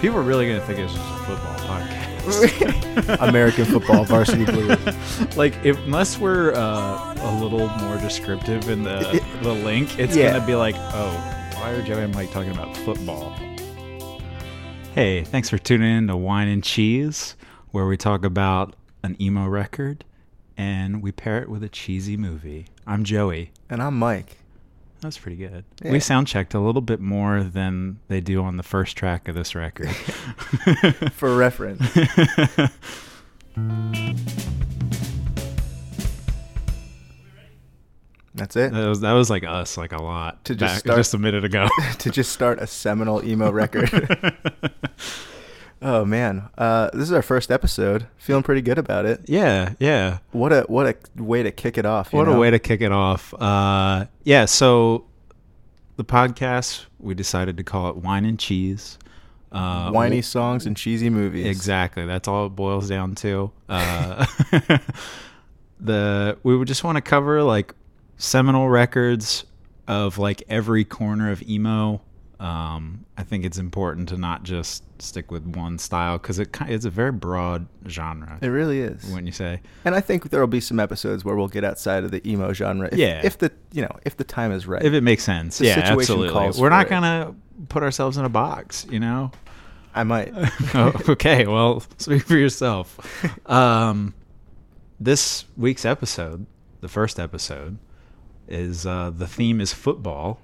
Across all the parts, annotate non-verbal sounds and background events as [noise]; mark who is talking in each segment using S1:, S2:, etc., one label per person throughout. S1: People are really gonna think it's just a football podcast.
S2: [laughs] American football varsity
S1: [laughs]
S2: blues.
S1: like, if, unless we're uh, a little more descriptive in the the link, it's
S2: Yeah.
S1: gonna be like, oh, why are Joey and Mike talking about football? Hey, thanks for tuning in to Wine and Cheese, where we talk about an emo record and we pair it with a cheesy movie. I'm Joey.
S2: And I'm Mike.
S1: That was pretty good.
S2: Yeah.
S1: We sound checked a little bit more than they do on the first track of this record.
S2: [laughs] For reference. That's
S1: [laughs]
S2: it.
S1: That was that was like us, like a lot
S2: To just
S1: back-
S2: start-
S1: just a minute
S2: [laughs]
S1: ago.
S2: to just start a seminal emo
S1: [laughs]
S2: record. oh man. Uh, this is our first episode. Feeling pretty good about it.
S1: yeah, yeah.
S2: What a what a way to kick it off. you
S1: What
S2: know?
S1: a way to kick it off. Uh, yeah, so the podcast we decided to call it Wine and Cheese. Uh,
S2: whiny songs and cheesy movies.
S1: Exactly. That's all it boils down to. Uh, [laughs] the we would just want to cover like seminal records of like every corner of emo. Um, I think it's important to not just stick with one style because it ki- it's a very broad genre.
S2: It really is.
S1: Wouldn't you say?
S2: And I think there'll be some episodes where we'll get outside of the emo genre. If,
S1: Yeah.
S2: If the you know if the time is right.
S1: If it makes sense,
S2: The
S1: yeah,
S2: situation
S1: absolutely.
S2: calls
S1: We're
S2: for
S1: not
S2: it.
S1: gonna put ourselves in a box, you know.
S2: I might.
S1: [laughs] oh, okay, well, speak for yourself. Um, this week's episode, the first episode, is uh, the theme is football,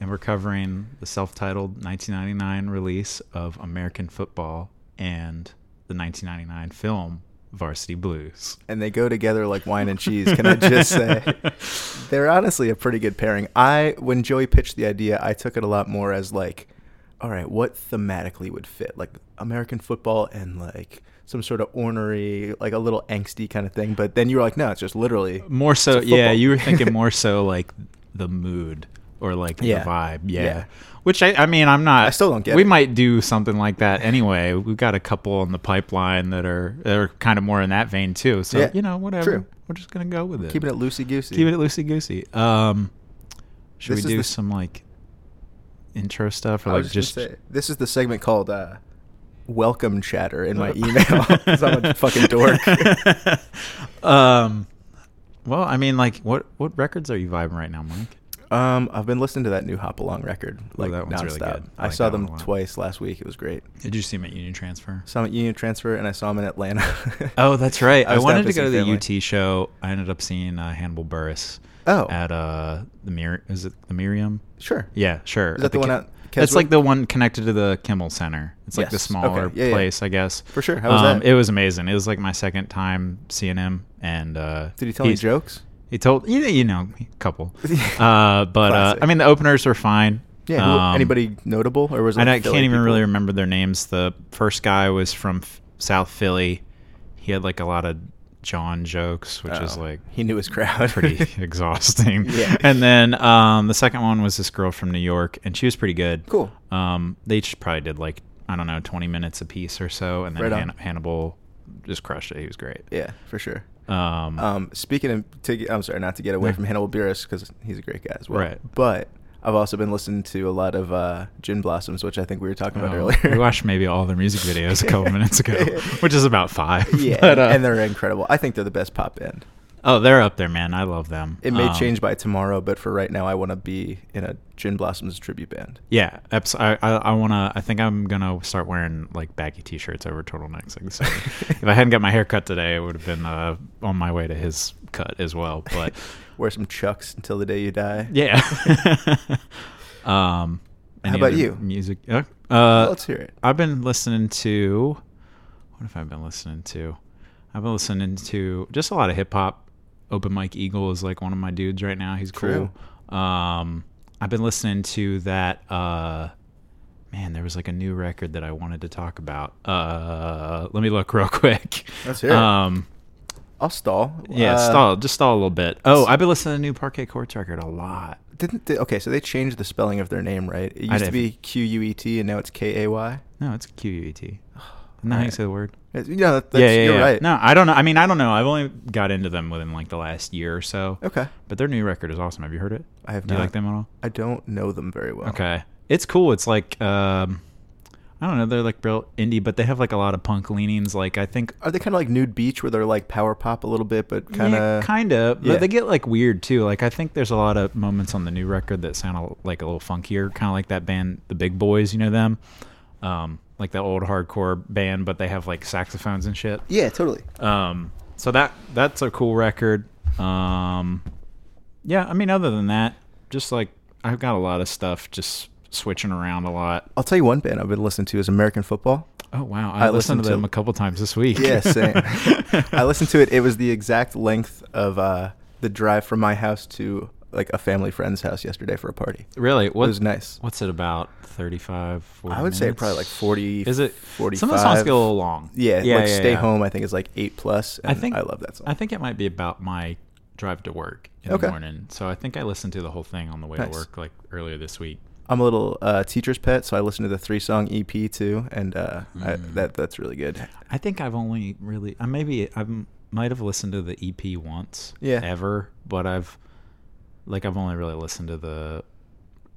S1: and we're covering the self-titled 1999 release of American Football and the 1999 film Varsity Blues.
S2: and they go together like wine and cheese. Can I just say,
S1: [laughs]
S2: they're honestly a pretty good pairing. I when Joey pitched the idea, I took it a lot more as like, all right, what thematically would fit like American football and like some sort of ornery, like a little angsty kind of thing. But then you were like, no, it's just literally
S1: More so,
S2: It's a
S1: yeah.
S2: football. [laughs]
S1: You were thinking more so like the mood or like
S2: Yeah.
S1: the vibe, yeah.
S2: Yeah.
S1: Which I, I mean, I'm not.
S2: I still don't get
S1: We
S2: it.
S1: might do something like that anyway. We've got a couple in the pipeline that are that are kind of more in that vein too. So
S2: Yeah,
S1: you know, whatever.
S2: true.
S1: We're just gonna go with it.
S2: keeping it loosey goosey.
S1: Keep it loosey goosey. Um, should
S2: This
S1: we
S2: is
S1: do
S2: the-
S1: some like intro stuff or
S2: I
S1: like
S2: was
S1: just?
S2: just, gonna say, this is the segment called uh, "Welcome
S1: [laughs]
S2: Chatter" in
S1: Uh.
S2: my email. [laughs] 'Cause I'm a fucking dork.
S1: um, well, I mean, like, what what records are you vibing right now, Mike?
S2: Um, I've been listening to that new Hop Along record like
S1: that one's
S2: nonstop.
S1: really good. I
S2: I,
S1: like
S2: saw
S1: that one
S2: them
S1: a lot.
S2: twice last week. It was great.
S1: Did you see him at Union Transfer?
S2: Saw him at Union Transfer, and I saw him in Atlanta. [laughs]
S1: Oh, that's right. I,
S2: was down
S1: wanted to go to
S2: see
S1: the
S2: family.
S1: UT show. I ended up seeing uh, Hannibal Burris
S2: Oh,
S1: at uh the Mir. Is it the Miriam?
S2: sure.
S1: Yeah, sure.
S2: Is that
S1: At
S2: the one
S1: Ki-
S2: out
S1: That's like
S2: Keswick?
S1: the one connected to the Kimmel Center. It's like the
S2: Yes.
S1: smaller
S2: Okay. Yeah, yeah.
S1: place, I guess. Um,
S2: For sure. How was that?
S1: It was amazing. It was like my second time seeing him, and uh,
S2: Did he tell any
S1: he's-
S2: jokes?
S1: He told you know, you know a
S2: [laughs]
S1: couple, uh, but uh,
S2: Classic.
S1: I mean the openers were fine.
S2: Yeah. who-
S1: Um,
S2: anybody notable, or was it
S1: I, know- I
S2: like
S1: can't
S2: Philly
S1: even
S2: people?
S1: really remember their names. The first guy was from F- South Philly. He had like a lot of John jokes, which is
S2: Oh, [laughs]
S1: like
S2: he knew his crowd. [laughs]
S1: pretty [laughs] exhausting.
S2: Yeah.
S1: And then um, the second one was this girl from New York, and she was pretty good.
S2: cool.
S1: Um, they each probably did like I don't know, twenty minutes a piece or so, and then
S2: Right on.
S1: Han- Hannibal just crushed it. He was great.
S2: Yeah, for sure.
S1: Um,
S2: Um, speaking of, to, get- I'm sorry, not to get away
S1: No.
S2: from Hannibal Buress because he's a great guy as well.
S1: Right.
S2: But I've also been listening to a lot of uh, Gin Blossoms, which I think we were talking about
S1: um,
S2: earlier.
S1: we
S2: [laughs]
S1: watched maybe all their music videos a couple minutes ago, which is about five.
S2: yeah,
S1: [laughs] But, uh,
S2: and they're incredible. I think they're the best pop band.
S1: oh, they're up there, man. I love them.
S2: It may
S1: Um,
S2: change by tomorrow, but for right now, I want to be in a Gin Blossoms tribute band.
S1: Yeah, abs- I I, I want to. I think I'm gonna start wearing like baggy t-shirts over turtlenecks. Like so if I hadn't got my hair cut today, it would have been uh, on my way to his cut as well. But
S2: Wear some Chucks until the day you die.
S1: yeah. [laughs] um, any
S2: about
S1: other
S2: you?
S1: Music. Uh, uh,
S2: Oh, Let's hear it.
S1: I've been listening to. What have I been listening to? I've been listening to just a lot of hip hop. Open Mike Eagle is like one of my dudes right now. He's cool.
S2: True.
S1: Um, I've been listening to that. Uh, man, there was like a new record that I wanted to talk about. Uh, let me look [laughs] real quick.
S2: Let's hear it.
S1: Um,
S2: I'll stall.
S1: yeah,
S2: Uh,
S1: stall, just stall a little bit. Oh, I've been listening to the new Parquet Courts record a lot.
S2: Didn't they, okay, so they changed the spelling of their name, right? It
S1: I
S2: used to
S1: did.
S2: be Q U E T, and now it's K
S1: [sighs]
S2: A Y.
S1: No, it's Q U E T. Isn't that how you
S2: Alright.
S1: say the word?
S2: It's- Yeah, that, that's, you're right.
S1: No, I don't know. I mean, I don't know. I've only got into them within like the last year or so.
S2: Okay,
S1: But their new record is awesome. Have you heard it?
S2: I have
S1: Do
S2: not.
S1: you like them at all?
S2: I don't know them very well.
S1: Okay, it's cool. It's like um, I don't know. They're like real indie, but they have like a lot of punk leanings. Like I think
S2: Are they kind of like Nude Beach where they're like power pop a little bit, but kind of
S1: yeah, kind of, but
S2: yeah.
S1: they get like weird too. Like I think there's a lot of moments on the new record that sound a- like a little funkier, kind of like that band, the Big Boys. You know them, um, like that old hardcore band, but they have like saxophones and shit.
S2: yeah, totally.
S1: Um, so that that's a cool record. Um, yeah, I mean, other than that, just like I've got a lot of stuff, just switching around a lot.
S2: I'll tell you one band I've been listening to is
S1: [laughs]
S2: American Football.
S1: Oh wow, I,
S2: I
S1: listened,
S2: listened
S1: to
S2: to-
S1: them a couple times this week.
S2: [laughs]
S1: [laughs]
S2: Yeah, same. I listened to it. It was the exact length of uh, the drive from my house to like a family friend's house yesterday for a party.
S1: Really,
S2: It
S1: what,
S2: was nice.
S1: What's it about? 35, 40
S2: I would say
S1: minutes?
S2: probably like 40,
S1: Is it Some of the
S2: 45.
S1: songs get a little long.
S2: Yeah, like Stay
S1: yeah.
S2: Home, I think is like eight plus, And
S1: I
S2: I
S1: think
S2: I love that song.
S1: I think it might be about my drive to work in
S2: Okay.
S1: the morning. So I think I listened to the whole thing on the way to
S2: Nice.
S1: work, like earlier this week.
S2: I'm a little uh, teacher's pet, so I listen to the three song EP too, and uh, I,
S1: Hmm.
S2: that that's really good.
S1: I think I've only really, I maybe I might have listened to the EP once,
S2: Yeah.
S1: ever, but I've like I've only really listened to the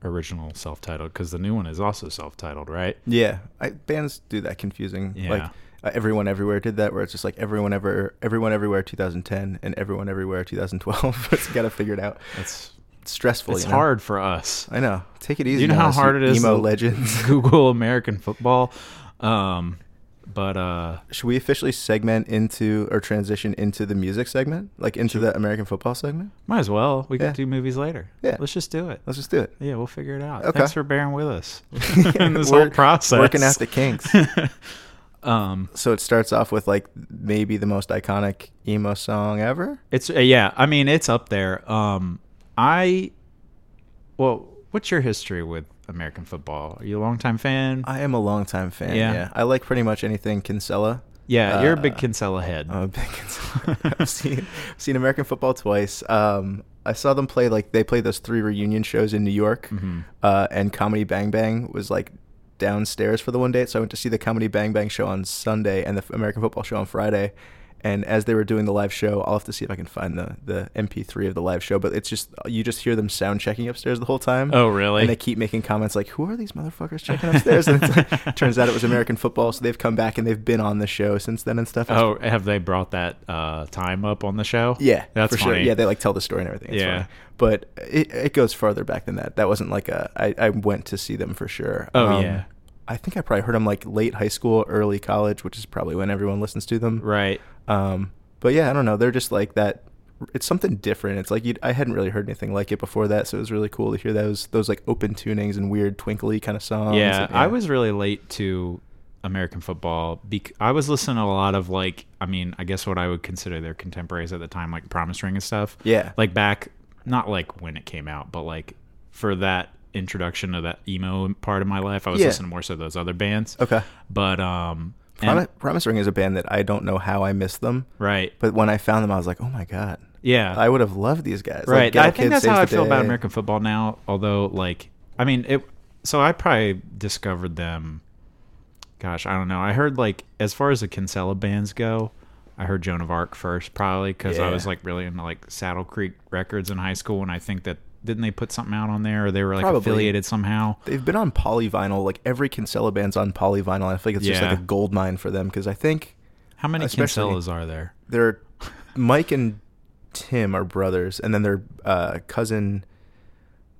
S1: original self-titled because the new one is also self-titled, right?
S2: Yeah, I, bands do that confusing.
S1: Yeah.
S2: Like uh, everyone everywhere did that, where it's just like everyone ever, everyone everywhere 2010 and everyone everywhere 2012. [laughs] [laughs] it's got to figure it out.
S1: That's
S2: It's stressful.
S1: it's
S2: you know?
S1: hard for us.
S2: I know. Take it easy.
S1: you know how
S2: Alice,
S1: hard it is.
S2: Emo
S1: to [laughs]
S2: legends. [laughs]
S1: Google American football, um, but uh,
S2: Should we officially segment into or transition into the music segment, like into the American football segment?
S1: might as well. We
S2: Yeah.
S1: could do movies later.
S2: Yeah.
S1: let's just do it.
S2: Let's just do it.
S1: Yeah, we'll figure it out.
S2: Okay.
S1: Thanks for bearing with
S2: [laughs]
S1: us in this whole
S2: We're
S1: process.
S2: Working out the kinks.
S1: [laughs] um,
S2: so it starts off with like maybe the most iconic emo song ever.
S1: It's uh, yeah. I mean, it's up there. Um, I, well, what's your history with American football? Are you a longtime fan?
S2: I am a longtime fan.
S1: Yeah.
S2: Yeah. I like pretty much anything Kinsella.
S1: yeah, you're a big
S2: uh, [laughs]
S1: Kinsella head.
S2: I'm a big Kinsella. I've seen, I've seen American football twice. Um, I saw them play like they played those three reunion shows in New York,
S1: Mhm.
S2: uh, and Comedy Bang Bang was like downstairs for the one date. So I went to see the Comedy Bang Bang show on Sunday and the American football show on Friday. And as they were doing the live show, I'll have to see if I can find the, the MP3 of the live show. But it's just you just hear them sound checking upstairs the whole time.
S1: oh, really?
S2: And they keep making comments like, "Who are these motherfuckers checking upstairs?" And it's
S1: [laughs]
S2: like, turns out it was American football, so they've come back and they've been on the show since then and stuff. It's-
S1: oh, have they brought that uh, time up on the show?
S2: yeah,
S1: that's
S2: for sure.
S1: funny.
S2: Yeah, they like tell the story and everything. It's
S1: Yeah.
S2: funny. but it, it goes farther back than that. That wasn't like a. I, I went to see them for sure. Um,
S1: Oh, yeah.
S2: I think I probably heard them like late high school, early college, which is probably when everyone listens to them.
S1: right.
S2: Um, but yeah, I don't know. They're just like that. It's something different. It's like you'd, I hadn't really heard anything like it before that, so it was really cool to hear those those like open tunings and weird twinkly kind of songs.
S1: yeah,
S2: And-
S1: I was really late to American football. Bec- I was listening to a lot of like, I mean, I guess what I would consider their contemporaries at the time, like Promise Ring and stuff.
S2: Yeah.
S1: like back, not like when it came out, but like for that introduction of that emo part of my life, I was
S2: Yeah.
S1: listening more so to those other bands.
S2: okay.
S1: but um, and-
S2: Promi- Promise Ring is a band that I don't know how I missed them,
S1: right,
S2: but when I found them, I was like, oh my god,
S1: yeah,
S2: [laughs] I would have loved these guys. Like,
S1: right.
S2: Get
S1: I
S2: Up
S1: think
S2: Kid
S1: that's
S2: Saves
S1: how I
S2: the
S1: feel about
S2: Day.
S1: American football now. Although, like, I mean, it. So I probably discovered them. Gosh, I don't know. I heard like as far as the Kinsella bands go, I heard Joan of Arc first probably because I
S2: Yeah.
S1: was like really into like Saddle Creek Records in high school, and I think that didn't they put something out on there or they were like
S2: Probably.
S1: affiliated somehow.
S2: They've been on polyvinyl. Like every Kinsella band's on polyvinyl. I feel like it's just like
S1: Yeah.
S2: a gold mine for them because I think
S1: How many
S2: Especially-
S1: Kinsellas are there?
S2: they're Mike and Tim are brothers, and then their uh, cousin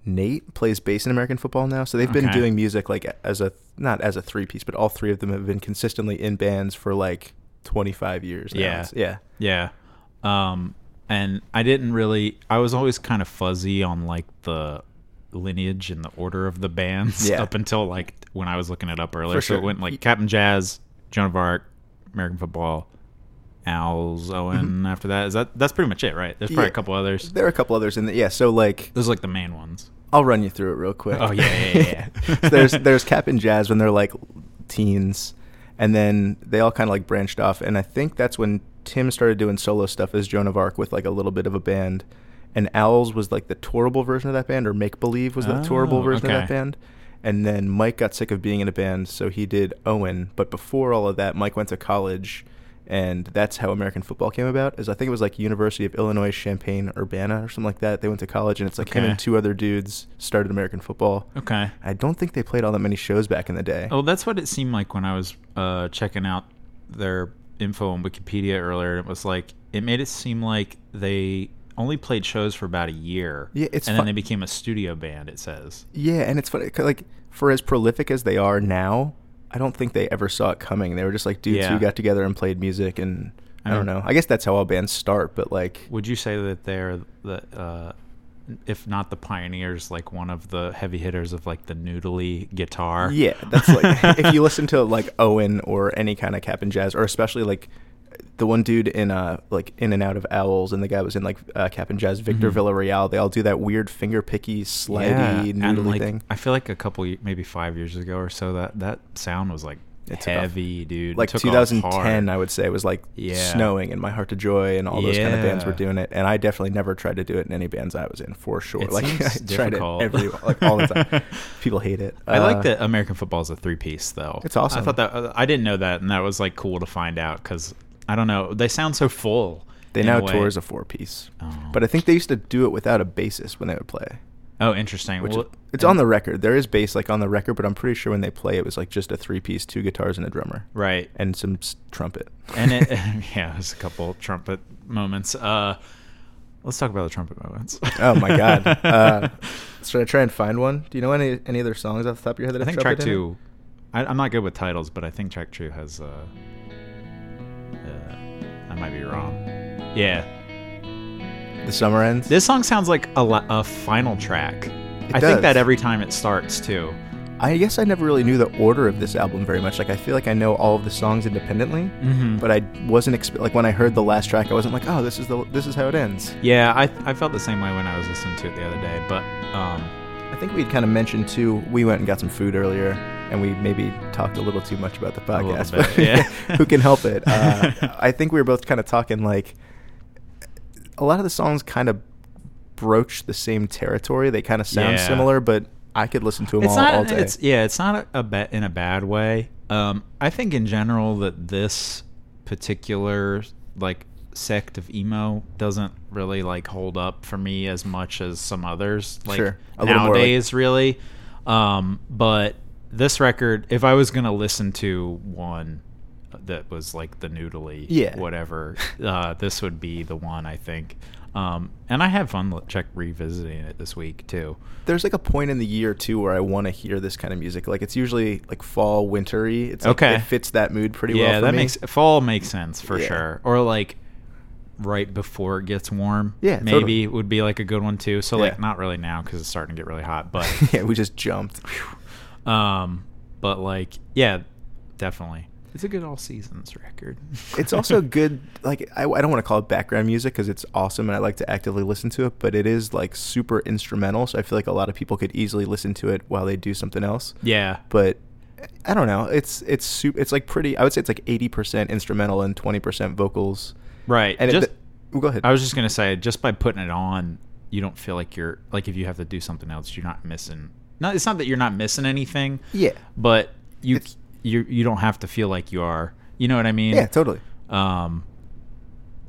S2: Nate plays bass in American football now. So they've been
S1: Okay.
S2: doing music like as a not as a three piece, but all three of them have been consistently in bands for like twenty five years. Now.
S1: Yeah.
S2: It's- yeah.
S1: Yeah. Um and I didn't really I was always kind of fuzzy on like the lineage and the order of the bands
S2: Yeah.
S1: up until like when I was looking it up earlier.
S2: For
S1: So it
S2: sure.
S1: went like Captain Jazz, Joan of Arc, American Football, Al's Owen after that. Is that that's pretty much it, right? There's probably
S2: Yeah.
S1: a couple others.
S2: There are a couple others in the yeah. So like
S1: Those are like the main ones.
S2: I'll run you through it real quick.
S1: Oh, yeah, yeah, yeah, yeah.
S2: So [laughs] there's there's Cap and Jazz when they're like teens, and then they all kind of like branched off, and I think that's when Tim started doing solo stuff as Joan of Arc with like a little bit of a band, and Owls was like the tourable version of that band, or Make Believe was the
S1: Oh,
S2: tourable version of
S1: okay.
S2: that band. And then Mike got sick of being in a band, so he did Owen. But before all of that, Mike went to college and that's how American football came about. Is I think it was like University of Illinois Champaign Urbana or something like that. They went to college, and it's like him
S1: Okay.
S2: and two other dudes started American football.
S1: [laughs] Okay.
S2: I don't think they played all that many shows back in the day.
S1: Oh, that's what it seemed like when I was uh, checking out their info on Wikipedia earlier. It was like it made it seem like they only played shows for about a year.
S2: Yeah, it's
S1: and then
S2: fu-
S1: they became a studio band. It says.
S2: Yeah, and it's funny 'cause, like for as prolific as they are now, I don't think they ever saw it coming. They were just like dudes
S1: Yeah.
S2: who got together and played music, and
S1: I
S2: I, don't
S1: mean-
S2: know. I guess that's how all bands start, but like
S1: Would you say that they're the, uh, if not the pioneers, like one of the heavy hitters of like the noodly guitar?
S2: Yeah,
S1: [laughs]
S2: that's like if you listen to like Owen or any kind of cap and jazz, or especially like the one dude in uh like In and Out of Owls, and the guy was in like uh, cap and jazz, Victor
S1: Mhm.
S2: Villarreal. They all do that weird finger picky, slidey,
S1: and,
S2: noodly
S1: like,
S2: thing.
S1: I feel like a couple, ye- maybe five years ago or so, that that sound was like
S2: It's rough.
S1: heavy, dude.
S2: Like
S1: It took off hard.
S2: 2010, I would say was like
S1: Yeah.
S2: snowing and My Heart to Joy, and all those kind of bands were
S1: Yeah.
S2: doing it. And I definitely never tried to do it in any bands I was in for sure.
S1: It
S2: like [laughs] I
S1: seems
S2: tried
S1: difficult.
S2: it every like all
S1: [laughs]
S2: the time. People hate it.
S1: I
S2: Uh,
S1: like that American football is a three piece though.
S2: It's awesome.
S1: I thought that uh, I didn't know that, and that was like cool to find out because I don't know. They sound so full.
S2: They
S1: in
S2: now
S1: a way.
S2: tour as a four piece.
S1: Oh.
S2: But I think they used to do it without a bassist when they would play.
S1: Oh, interesting.
S2: Which
S1: Well,
S2: is- it's on the record. There is bass like on the record, but I'm pretty sure when they play it was like just a three piece, two guitars and a drummer.
S1: right,
S2: And some s- trumpet.
S1: and
S2: [laughs]
S1: it [laughs] yeah, there's a couple trumpet moments. Uh, let's talk about the trumpet moments.
S2: oh my
S1: [laughs]
S2: god. Uh, should I try and find one? Do you know any any other songs off the top of your head that
S1: I
S2: have
S1: think track
S2: trumpet in it?
S1: two. I, I'm not good with titles, but I think track two has. Uh, uh, I might be wrong. Yeah,
S2: The summer ends.
S1: this song sounds like a, la- a final track. I think
S2: does.
S1: that every time it starts too.
S2: I guess I never really knew the order of this album very much. Like I feel like I know all of the songs independently,
S1: Mm-hmm.
S2: but I wasn't expe- like when I heard the last track, I wasn't like, oh, this is the this is how it ends.
S1: Yeah, I, I felt the same way when I was listening to it the other day. But um,
S2: I think we'd kind of mentioned too. We went and got some food earlier, and we maybe talked a little too much about the
S1: little
S2: podcast.
S1: bit, yeah.
S2: [laughs] who can help
S1: [laughs]
S2: it? Uh, I think we were both kind of talking like a lot of the songs kind of broach the same territory. They kind of sound
S1: Yeah.
S2: similar, but I could listen to them
S1: it's
S2: all,
S1: not.
S2: all day.
S1: It's yeah, it's not a, a ba- in a bad way. Um, I think in general that this particular like sect of emo doesn't really like hold up for me as much as some others. Like
S2: Sure. A little more, like-
S1: nowadays, really. Um, but this record, if I was gonna listen to one that was like the noodly,
S2: Yeah.
S1: whatever, uh, this would be the one I think. Um, and I had fun l- check revisiting it this week too.
S2: There's like a point in the year too where I want to hear this kind of music. Like it's usually like fall, wintery. It's like,
S1: Okay.
S2: It fits that mood pretty
S1: yeah,
S2: well. for
S1: that
S2: me.
S1: makes
S2: [laughs]
S1: fall makes sense for
S2: Yeah.
S1: sure. Or like right before it gets warm.
S2: Yeah,
S1: maybe
S2: totally.
S1: would be like a good one too. So like
S2: Yeah.
S1: not really now because it's starting to get really hot, but
S2: [laughs] yeah. We just jumped.
S1: um, but like yeah, definitely. It's a good all seasons record.
S2: [laughs] it's also good like i, I don't want to call it background music because it's awesome and i like to actively listen to it but it is like super instrumental so i feel like a lot of people could easily listen to it while they do something else
S1: yeah,
S2: but i don't know it's it's super it's like pretty i would say it's like 80% instrumental and 20% vocals
S1: right.
S2: and
S1: just
S2: it, oh, go ahead
S1: I was just gonna say just by putting it on, you don't feel like you're like if you have to do something else, you're not missing. Not it's not that you're not missing anything,
S2: yeah
S1: but you
S2: It's-
S1: you you don't have to feel like you are. You know what I mean?
S2: yeah totally
S1: um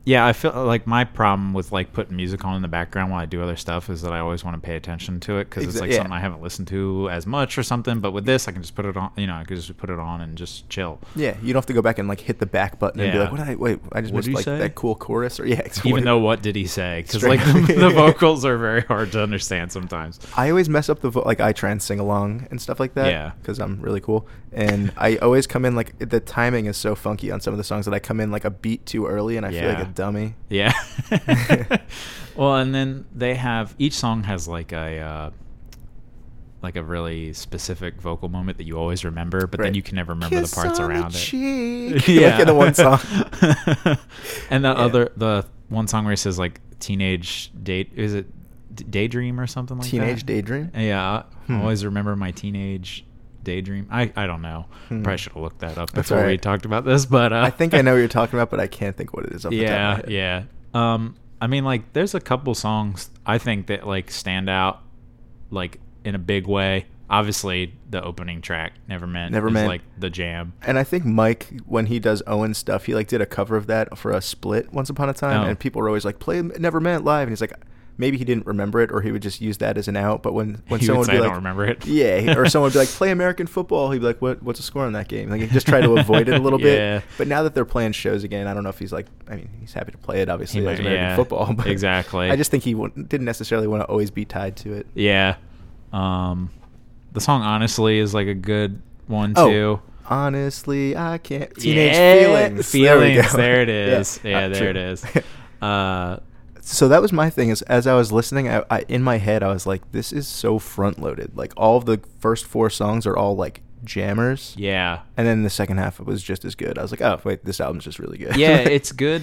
S1: yeah i feel like my problem with like putting music on in the background while i do other stuff is that i always want to pay attention to it because it's
S2: Exa-
S1: like
S2: yeah.
S1: something i haven't listened to as much or something but with this i can just put it on you know i can just put it on and just chill
S2: yeah you don't have to go back and like hit the back button and be
S1: Yeah.
S2: like what did i wait i just
S1: What did
S2: missed
S1: you
S2: like
S1: say?
S2: that cool chorus or [laughs] yeah
S1: even
S2: what-
S1: though what did he say because
S2: Straight-
S1: like [laughs] the,
S2: [laughs]
S1: the vocals are very hard to understand sometimes
S2: I always mess up the vo- like I try and sing along and stuff like that.
S1: Yeah.
S2: because I'm really cool, and I always come in like the timing is so funky on some of the songs that I come in like a beat too early and I feel like
S1: Yeah.
S2: a dummy.
S1: Yeah. [laughs] well, and then they have each song has like a uh, like a really specific vocal moment that you always remember, but then
S2: Right.
S1: you can never remember
S2: Kiss
S1: the parts
S2: on the
S1: around [laughs]
S2: cheek.
S1: it.
S2: like in the one song.
S1: and the
S2: Yeah.
S1: other the one song where he says like teenage date is it d- daydream or something like that?
S2: Teenage Daydream?
S1: Yeah,
S2: Hmm.
S1: I always remember my teenage daydream. I I don't know.
S2: Hmm.
S1: Probably should have looked that up
S2: That's
S1: before we
S2: alright.
S1: talked about this, but uh,
S2: I think I know what you're talking about, but I can't think what it is. Off
S1: yeah,
S2: the top of my head.
S1: yeah. Um, I mean, like, there's a couple songs I think that like stand out, like in a big way. obviously the opening track never meant
S2: Never
S1: is
S2: Meant.
S1: like the jam
S2: And I think Mike, when he does Owen stuff, he like did a cover of that for a split once upon a time,
S1: Oh.
S2: and people were always like, "Play Never Meant live," and he's like, maybe he didn't remember it, or he would just use that as an out. But when when
S1: He would
S2: someone would
S1: say,
S2: be
S1: "I
S2: like,
S1: don't remember it."
S2: [laughs] yeah, or someone would be
S1: [laughs]
S2: like, "Play American football," he'd be like, "What? What's the score on that game?" Like he just tried to avoid it a little
S1: Yeah.
S2: bit. But now that they're playing shows again, I don't know if he's like, I mean, he's happy to play it, obviously,
S1: He
S2: as
S1: might-
S2: American
S1: yeah,
S2: football. [laughs] But
S1: exactly.
S2: I just think he wouldn't- didn't necessarily want to always be tied to it.
S1: yeah um the song honestly is like a good one too
S2: honestly, I can't. Oh, Teenage
S1: Yeah,
S2: feelings. There we
S1: feelings,
S2: go.
S1: there
S2: [laughs]
S1: it is yeah,
S2: uh,
S1: there
S2: true.
S1: it is uh
S2: [laughs] so that was my thing. Is as I was listening, I, I in my head I was like, "This is so front loaded. Like all of the first four songs are all like jammers,
S1: yeah
S2: and then the second half was just as good. I was like, "Oh wait, this album's just really good. [laughs]
S1: yeah, it's good,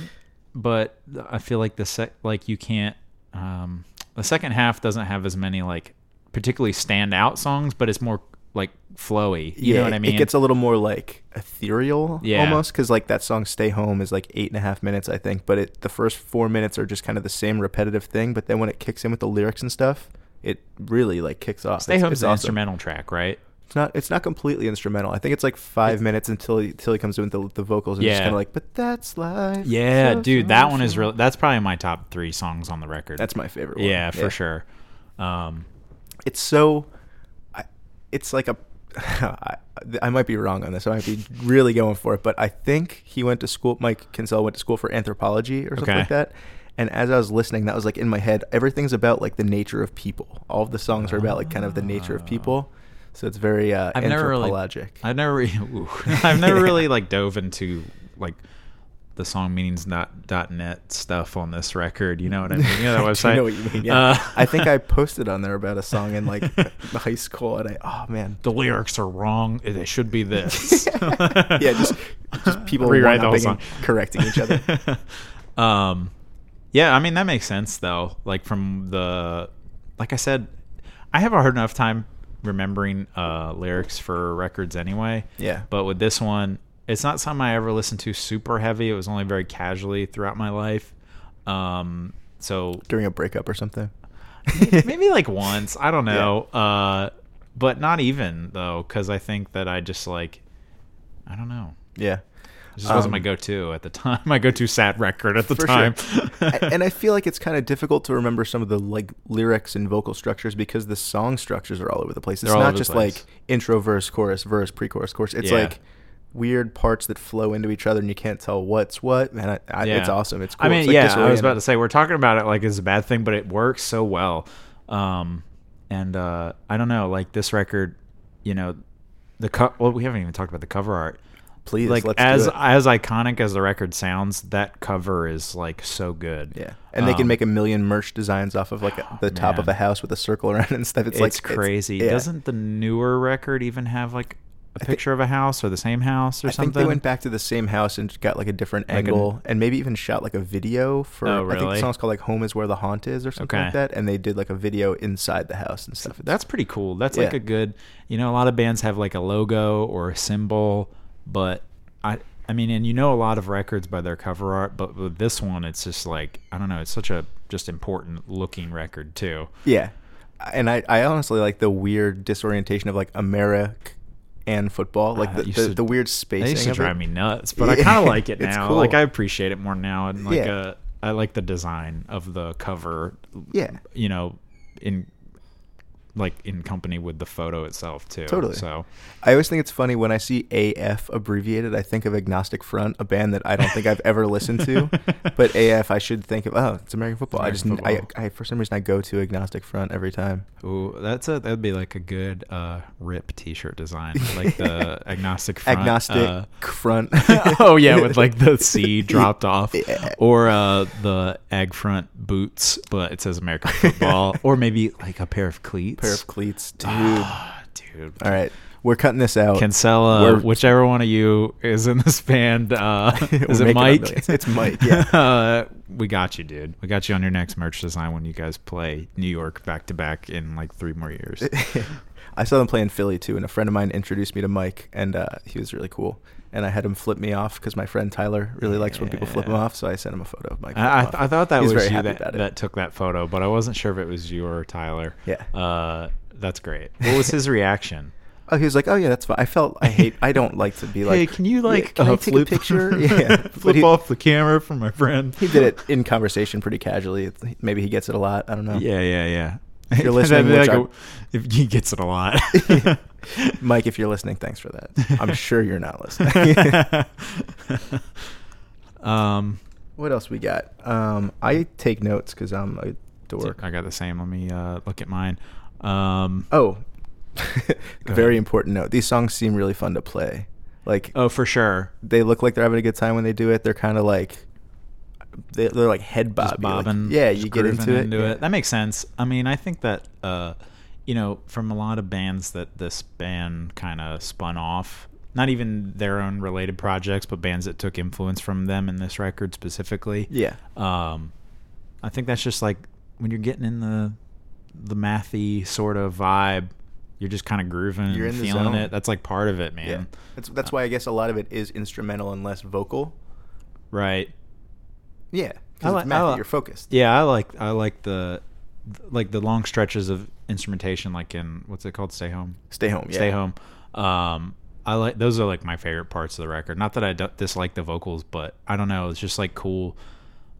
S1: but I feel like the sec like you can't um the second half doesn't have as many like particularly standout songs, but it's more like flowy. You know what I mean?
S2: It gets a little more like ethereal,
S1: Yeah.
S2: almost because like that song "Stay Home" is like eight and a half minutes, I think. But it the first four minutes are just kind of the same repetitive thing. But then when it kicks in with the lyrics and stuff, it really like kicks off.
S1: Stay
S2: It's-
S1: Home's
S2: it's
S1: an
S2: awesome.
S1: instrumental track, right?
S2: It's not. It's not completely instrumental. I think it's like five minutes until he, until he comes in with the, the vocals and just
S1: Yeah.
S2: kind of like, but that's life.
S1: Yeah,
S2: So
S1: dude, that one is
S2: sorrowful."
S1: really that's probably my top three songs on the record.
S2: That's my favorite one.
S1: yeah, for sure. Um
S2: It's so. I, it's like a. [laughs] I, I might be wrong on this. I might be really going for it, but I think he went to school. Mike Kinsella went to school for anthropology or something
S1: Okay.
S2: like that. And as I was listening, that was like in my head. Everything's about like the nature of people. All of the songs are about like kind of the nature of people. So it's very uh,
S1: Ah. I've never really
S2: anthropologic.
S1: I've never re- [laughs] ooh. I've never really like dove into like the song meanings dot, dot net stuff on this record. You know what I mean? You
S2: [laughs]
S1: know that
S2: I do
S1: website.
S2: know what you mean. Yeah.
S1: Uh,
S2: I think I posted on there about a song
S1: [laughs]
S2: in like high school, and I oh man,
S1: the lyrics are wrong. They should be this.
S2: [laughs] yeah, just just people
S1: Rewrite the whole
S2: one-upping and
S1: song.
S2: correcting each other.
S1: [laughs] um, yeah, I mean that makes sense though. Like from the, like I said, I have a hard enough time remembering uh, lyrics for records anyway.
S2: Yeah.
S1: But with this one, it's not something I ever listened to super heavy. It was only very casually throughout my life. Um, so
S2: During a breakup or something.
S1: maybe like once i don't know uh but not even though because i think that i just like i don't know
S2: [laughs] Yeah.
S1: it just wasn't my
S2: Um,
S1: go-to at the time [laughs] my go-to sad record at the
S2: For
S1: time
S2: sure. I- [laughs]
S1: [laughs]
S2: and I feel like it's kind of difficult to remember some of the like lyrics and vocal structures because the song structures are all over the place. It's
S1: They're all
S2: not
S1: over the
S2: just
S1: place.
S2: like intro, verse, chorus, verse, pre-chorus, chorus. It's
S1: Yeah.
S2: like weird parts that flow into each other, and you can't tell what's what. And I, I,
S1: Yeah.
S2: it's awesome. It's cool.
S1: i mean
S2: It's, like,
S1: yeah i was about
S2: disorienting.
S1: to say we're talking about it like it's a bad thing but it works so well um and uh i don't know like this record you know the co- well we haven't even talked about the cover art
S2: Please,
S1: like
S2: let's do
S1: as
S2: it.
S1: as iconic as the record sounds that cover is like so good
S2: Yeah, and they
S1: Um,
S2: can make a million merch designs off of like a- the top of
S1: man.
S2: a house with a circle around it and stuff. It's,
S1: it's,
S2: like it's-
S1: crazy.
S2: yeah.
S1: Doesn't the newer record even have like a picture of a house or the same house or
S2: I
S1: something?
S2: think they went back to the same house and got like a different
S1: Like an-
S2: angle, and maybe even shot like a video for.
S1: Oh,
S2: I think the
S1: really?
S2: song's called like "Home Is Where the Haunt Is" or something like
S1: Okay.
S2: that, and they did like a video inside the house and stuff. It's-
S1: That's pretty cool. That's like
S2: Yeah.
S1: a good. You know, a lot of bands have like a logo or a symbol, but I, I mean, and you know a lot of records by their cover art, but with this one, it's just like I don't know. It's such a just important looking record too.
S2: yeah, and I, I honestly like the weird disorientation of like America and football, like
S1: Ah,
S2: the,
S1: that used
S2: the,
S1: to-
S2: the weird
S1: They
S2: spacing.
S1: used to
S2: of
S1: drive
S2: it.
S1: me nuts, but I
S2: Yeah.
S1: kind
S2: [laughs]
S1: of like it
S2: It's
S1: now. Like
S2: cool.
S1: I appreciate it more now, and like
S2: Yeah.
S1: uh, I like the design of the cover.
S2: Yeah.
S1: you know, in like in company with the photo itself too.
S2: Totally.
S1: So
S2: I always think it's funny when I see AF abbreviated, I think of Agnostic Front, a band that I don't think I've ever listened to.
S1: [laughs]
S2: But AF, I should think of, oh, it's American football.
S1: It's American
S2: I just,
S1: football.
S2: I, I, for some reason, I go to Agnostic Front every time.
S1: ooh, that's a that'd be like a good uh, rip T-shirt design, like
S2: [laughs]
S1: the agnostic front,
S2: Agnostic
S1: uh,
S2: Front.
S1: [laughs]
S2: [laughs]
S1: oh yeah, with like the C dropped off,
S2: Yeah.
S1: or uh, the ag front boots, but it says
S2: [laughs]
S1: American football, or maybe like a pair of cleats.
S2: pair of
S1: [sighs]
S2: cleats. Dude.
S1: Ah, dude.
S2: All right. We're cutting this out.
S1: Kinsella,
S2: We're-
S1: whichever one of you is in this band,
S2: [laughs]
S1: uh, is
S2: We're
S1: it
S2: making up
S1: Mike?
S2: millions.
S1: [laughs]
S2: It's Mike, yeah.
S1: uh, we got you, dude. We got you on your next merch design when you guys play New York back to back in like three more
S2: [laughs]
S1: years.
S2: [laughs] I saw them play in Philly too, and a friend of mine introduced me to Mike, and uh, he was really cool. And I had him flip me off because my friend Tyler really likes when people flip him
S1: Yeah.
S2: off, so I sent him a photo of Mike.
S1: I, I,
S2: flipping
S1: th-
S2: off.
S1: I thought that
S2: He's
S1: was
S2: very
S1: you
S2: happy
S1: that,
S2: about it.
S1: that took that photo, but I wasn't sure if it was you or Tyler.
S2: Yeah.
S1: Uh, That's great. What was his reaction?
S2: Oh, he was like, "Oh yeah, that's fine." I felt [laughs] I hate. I don't like to
S1: [laughs]
S2: be like.
S1: hey, can you
S2: "Yeah,
S1: like
S2: can I
S1: uh,
S2: take
S1: flip
S2: a picture? [laughs] yeah, But
S1: [laughs] flip
S2: he,
S1: off the camera for my friend.
S2: He did it in conversation pretty casually. It's- Maybe he gets it a lot. I don't know.
S1: Yeah, yeah, yeah. [laughs]
S2: If you're
S1: That'd
S2: listening,
S1: be
S2: which
S1: like
S2: I-
S1: a- if he gets it a lot.
S2: [laughs] [laughs] Mike, if you're listening, thanks for that. I'm sure you're not listening.
S1: [laughs] um,
S2: what else we got? Um, I take notes because I'm a dork.
S1: I got the same. Let me uh, look at mine. Um,
S2: Oh, [laughs]
S1: Go
S2: very
S1: ahead.
S2: important note. These songs seem really fun to play. Like
S1: oh, for sure.
S2: they look like they're having a good time when they do it. They're kind of like they, they're like head bobbing.
S1: Just bobbing.
S2: yeah,
S1: just
S2: you get
S1: grooving
S2: into it. yeah.
S1: That makes sense. I mean, I think that uh, you know, from a lot of bands that this band kind of spun off, not even their own related projects, but bands that took influence from them in this record specifically.
S2: yeah.
S1: Um, I think that's just like when you're getting in the the mathy sort of vibe, you're just kind of grooving,
S2: You're
S1: and
S2: in the
S1: feeling
S2: zone.
S1: it. That's like part of it, man.
S2: Yeah, that's that's why I guess a lot of it is instrumental and less vocal.
S1: Right. Oh,
S2: Yeah,
S1: I
S2: because
S1: li-
S2: it's math
S1: I
S2: that
S1: li-
S2: you're focused.
S1: Yeah, I like I like the like the long stretches of instrumentation, like in what's it called, Stay Home.
S2: Stay home. Yeah.
S1: Stay Home. Um, I like those are like my favorite parts of the record. Not that I d- dislike the vocals, but I don't know, it's just like cool.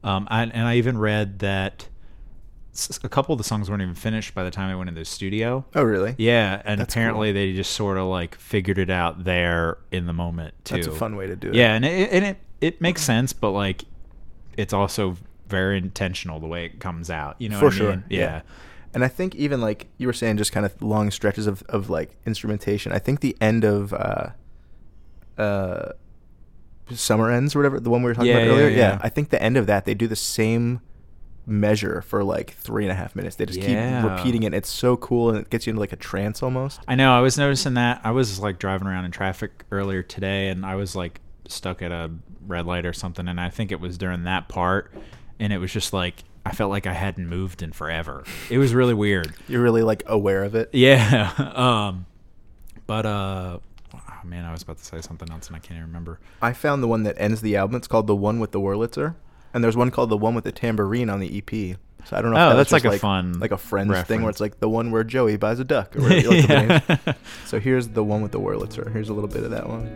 S1: Um, I, and I even read that s- a couple of the songs weren't even finished by the time I went into the studio.
S2: Oh really?
S1: Yeah, and
S2: That's
S1: apparently they just sort of like figured it out there in the moment too.
S2: That's a fun way to do it.
S1: Yeah, and it, and it it makes sense, but like, it's also very intentional the way it comes out. You know,
S2: For
S1: what I
S2: sure,
S1: mean?
S2: yeah.
S1: Yeah.
S2: And I think even like you were saying, just kind of long stretches of, of like instrumentation. I think the end of uh, uh, summer ends or whatever the one we were talking
S1: Yeah,
S2: about
S1: yeah,
S2: earlier. Yeah,
S1: yeah.
S2: I think the end of that they do the same measure for like three and a half minutes. They just
S1: Yeah.
S2: keep repeating it. It's so cool and it gets you into like a trance almost.
S1: I know. I was noticing that. I was like driving around in traffic earlier today, and I was like stuck at a red light or something, and I think it was during that part, and it was just like I felt like I hadn't moved in forever. It was really weird.
S2: You're really like aware of it.
S1: Yeah. [laughs] Um, but uh, oh, man, I was about to say something else, and I can't even remember.
S2: I found the one that ends the album. It's called the one with the Wurlitzer, and there's one called the one with the tambourine on the EP. So I don't know.
S1: Oh,
S2: if that was
S1: that's like
S2: just
S1: a fun
S2: like a friends thing where
S1: reference.
S2: it's like the one where Joey buys a
S1: [laughs]
S2: duck. Or whatever, like the name.
S1: Yeah. [laughs]
S2: So here's the one with the Wurlitzer. Here's a little bit of that one.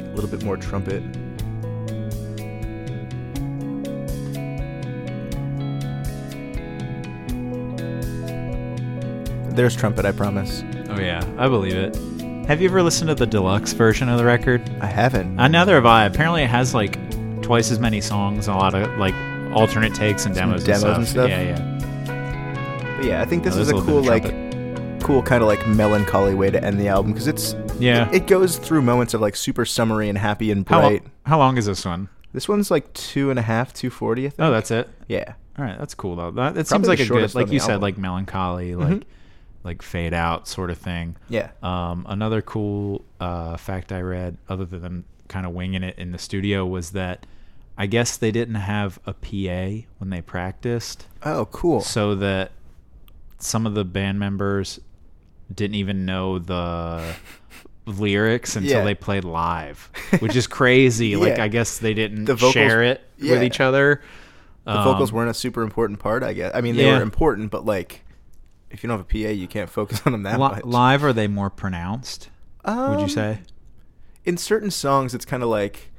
S2: A little bit more trumpet. There's trumpet, I promise.
S1: Oh yeah, I believe it. Have you ever listened to the deluxe version of the record?
S2: I haven't.
S1: Another have I. Apparently, it has like twice as many songs, a lot of like alternate takes and demos,
S2: demos and stuff?
S1: Yeah, yeah.
S2: But yeah, I think this
S1: Oh,
S2: is a
S1: there's
S2: cool
S1: little bit
S2: like
S1: of
S2: cool kind of like melancholy way to end the album because it's
S1: Yeah.
S2: it, it goes through moments of like super summery and happy and
S1: How,
S2: bright.
S1: how long is this one?
S2: This one's like two and a half, two forty. I think.
S1: Oh, that's it.
S2: yeah,
S1: All right, that's cool though. That, that seems
S2: Probably
S1: like
S2: the
S1: a good,
S2: shortest on
S1: like
S2: the
S1: you said,
S2: album. Mm-hmm.
S1: like melancholy, like like fade out sort of thing.
S2: yeah.
S1: Um, another cool uh, fact I read, other than them kind of winging it in the studio, was that I guess they didn't have a PA when they practiced.
S2: Oh, cool.
S1: so that some of the band members didn't even know the [laughs] lyrics until
S2: Yeah.
S1: they played live, which is crazy. Like
S2: [laughs] Yeah.
S1: I guess they didn't
S2: The vocals-
S1: share it with
S2: yeah.
S1: each other. Um,
S2: the vocals weren't a super important part. I guess. I mean, they
S1: yeah.
S2: were important, but like, if you don't have a PA, you can't focus on them that
S1: li-
S2: much.
S1: live. Are they more pronounced? Would
S2: Um,
S1: you say?
S2: in certain songs it's kind of like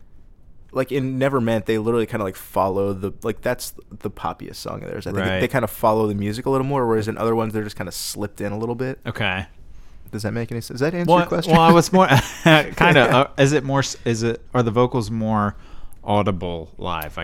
S2: like in never meant they literally kind of like follow the like that's the poppiest song of theirs i think
S1: Right.
S2: they kind of follow the music a little more whereas in other ones they're just kind of slipped in a little bit
S1: Okay.
S2: does that make any sense does that answer
S1: Well,
S2: your question
S1: well, I was more [laughs] kind
S2: [laughs]
S1: of. Uh, is it more? s- Is it? Are the vocals more audible live? I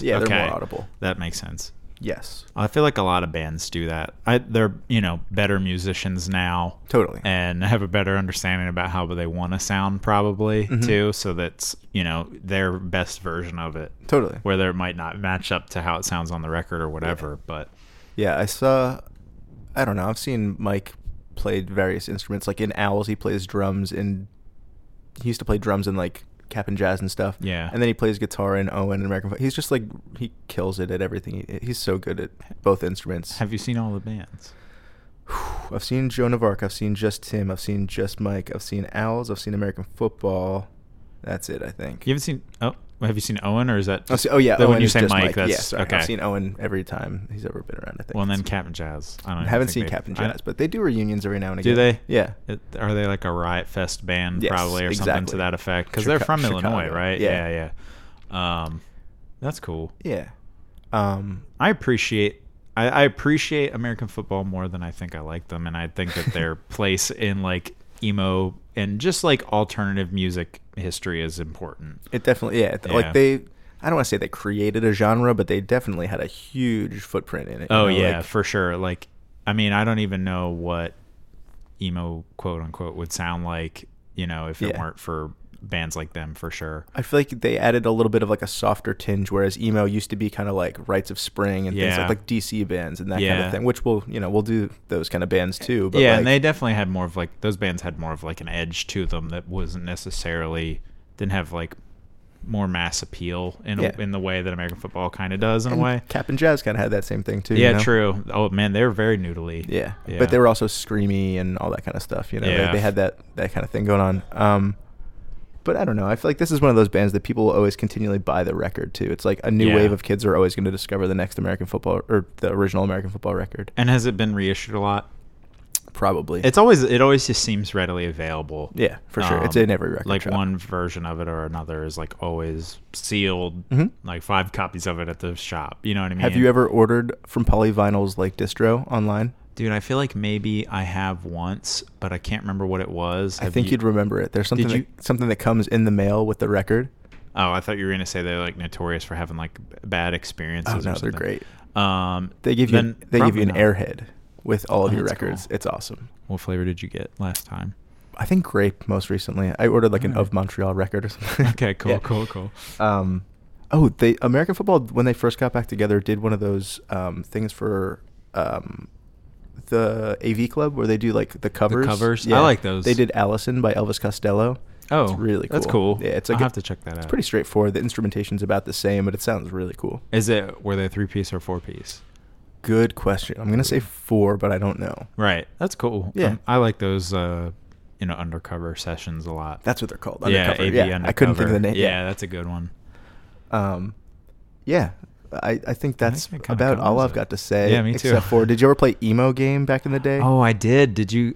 S1: guess.
S2: Yeah, they're more audible.
S1: That makes sense.
S2: yes
S1: I feel like a lot of bands do that. I, they're you know better musicians now,
S2: totally
S1: and have a better understanding about how they want to sound probably
S2: Mm-hmm.
S1: too. So that's you know their best version of it,
S2: totally
S1: whether it might not match up to how it sounds on the record or whatever. But
S2: yeah i saw i don't know i've seen mike played various instruments like in owls he plays drums in he used to play drums in like cap and jazz and stuff
S1: Yeah.
S2: and then he plays guitar in owen and american Fo- he's just like he kills it at everything he, he's so good at both instruments
S1: have you seen all the bands?
S2: I've seen Joan of Arc. I've seen just Tim. I've seen just Mike. I've seen Owls. I've seen American Football. That's it, I think.
S1: You haven't seen? Oh, have you seen Owen or is that?
S2: Oh, so- oh, yeah.
S1: That when
S2: Owen
S1: you
S2: is
S1: say
S2: just
S1: Mike, that's
S2: yeah, sorry.
S1: okay.
S2: I've seen Owen every time he's ever been around. I think.
S1: well, and then
S2: It's-
S1: Captain Jazz. I don't.
S2: I
S1: even
S2: haven't
S1: think
S2: seen
S1: they-
S2: Captain
S1: I-
S2: Jazz, but they do reunions every now and
S1: Do
S2: again.
S1: they?
S2: Yeah.
S1: It, are they like a riot fest band,
S2: Yes,
S1: probably, or something to
S2: exactly.
S1: that effect? Because they're
S2: Chica-
S1: from Illinois,
S2: Chicago.
S1: right?
S2: Yeah.
S1: yeah, yeah. Um, that's cool.
S2: Yeah. Um,
S1: I appreciate I, I appreciate American football more than I think I like them, and I think that
S2: [laughs]
S1: their place in like emo and just like alternative music history is important.
S2: it definitely. Yeah. it-
S1: Yeah.
S2: Like they. I don't want to say they created a genre, but they definitely had a huge footprint in it. you
S1: Oh
S2: know,
S1: yeah,
S2: like-
S1: for sure. Like, I mean, I don't even know what emo quote unquote would sound like, you know, if it
S2: Yeah.
S1: weren't for bands like them, for sure.
S2: I feel like they added a little bit of like a softer tinge, whereas emo used to be kind of like Rites of Spring and things
S1: Yeah.
S2: like, like DC bands and that kind
S1: Yeah.
S2: of thing, which we'll you know we'll do those kind of bands too. But
S1: yeah,
S2: like,
S1: and they definitely had more of like those bands had more of like an edge to them that wasn't necessarily didn't have like more mass appeal in
S2: Yeah.
S1: a, in the way that American football kind of does in
S2: and
S1: a way.
S2: Cap and Jazz kind of had that same thing too. you
S1: Yeah,
S2: know?
S1: true. Oh man, they were very noodly.
S2: Yeah.
S1: Yeah.
S2: but they were also screamy and all that kind of stuff. You know, They-
S1: Yeah.
S2: they, had that that kind of thing going on. Um, but I don't know. I feel like this is one of those bands that people will always continually buy the record to. It's like a new
S1: Yeah.
S2: wave of kids are always going to discover the next American football or the original American football record.
S1: And has it been reissued a lot?
S2: Probably.
S1: It's always it always just seems readily available.
S2: yeah, for sure. it's
S1: Um,
S2: in every record.
S1: Like
S2: shop.
S1: one version of it or another is like always sealed,
S2: Mhm.
S1: like five copies of it at the shop. You know what I mean?
S2: Have you ever ordered from Polyvinyl's like distro online?
S1: dude? I feel like maybe I have once, but I can't remember what it was.
S2: I
S1: Have
S2: think
S1: you-
S2: would remember it. There's something
S1: Did you-
S2: that, something that comes in the mail with the record.
S1: Oh, I thought you were gonna say they're like notorious for having like b- bad experiences. or
S2: Oh, no, they're
S1: something.
S2: great.
S1: Um,
S2: They give you
S1: then
S2: they give you an
S1: probably not.
S2: airhead with all of
S1: Oh,
S2: your
S1: that's
S2: records.
S1: cool.
S2: It's awesome.
S1: What flavor did you get last time?
S2: I think grape most recently. I ordered like an
S1: Alright.
S2: of Montreal record or something.
S1: [laughs] Okay, cool,
S2: Yeah.
S1: cool, cool.
S2: Um, oh, they American football when they first got back together did one of those um, things for um, the AV club where they do like the covers.
S1: covers? I like those.
S2: They did Allison by Elvis Costello.
S1: Oh,
S2: it's really cool.
S1: That's cool.
S2: Yeah, it's
S1: I'll
S2: like
S1: have to check that
S2: It's
S1: out.
S2: pretty straightforward. The instrumentation's about the same, but it sounds really cool.
S1: Is it were they three piece or four piece?
S2: Good question. I'm gonna say four, but I don't know.
S1: Right. That's cool. Um,
S2: Yeah.
S1: I like those uh you know undercover sessions a lot.
S2: That's what they're called.
S1: yeah,
S2: Undercover.
S1: AV
S2: yeah, I couldn't think of the
S1: Undercover.
S2: name.
S1: Yeah, that's a good one.
S2: Um, yeah, I, I think that's
S1: that kinda
S2: about all
S1: covers
S2: I've
S1: it.
S2: got to say.
S1: Yeah, me too.
S2: Except for, did you ever play emo game back in the day?
S1: Oh, I did. Did you you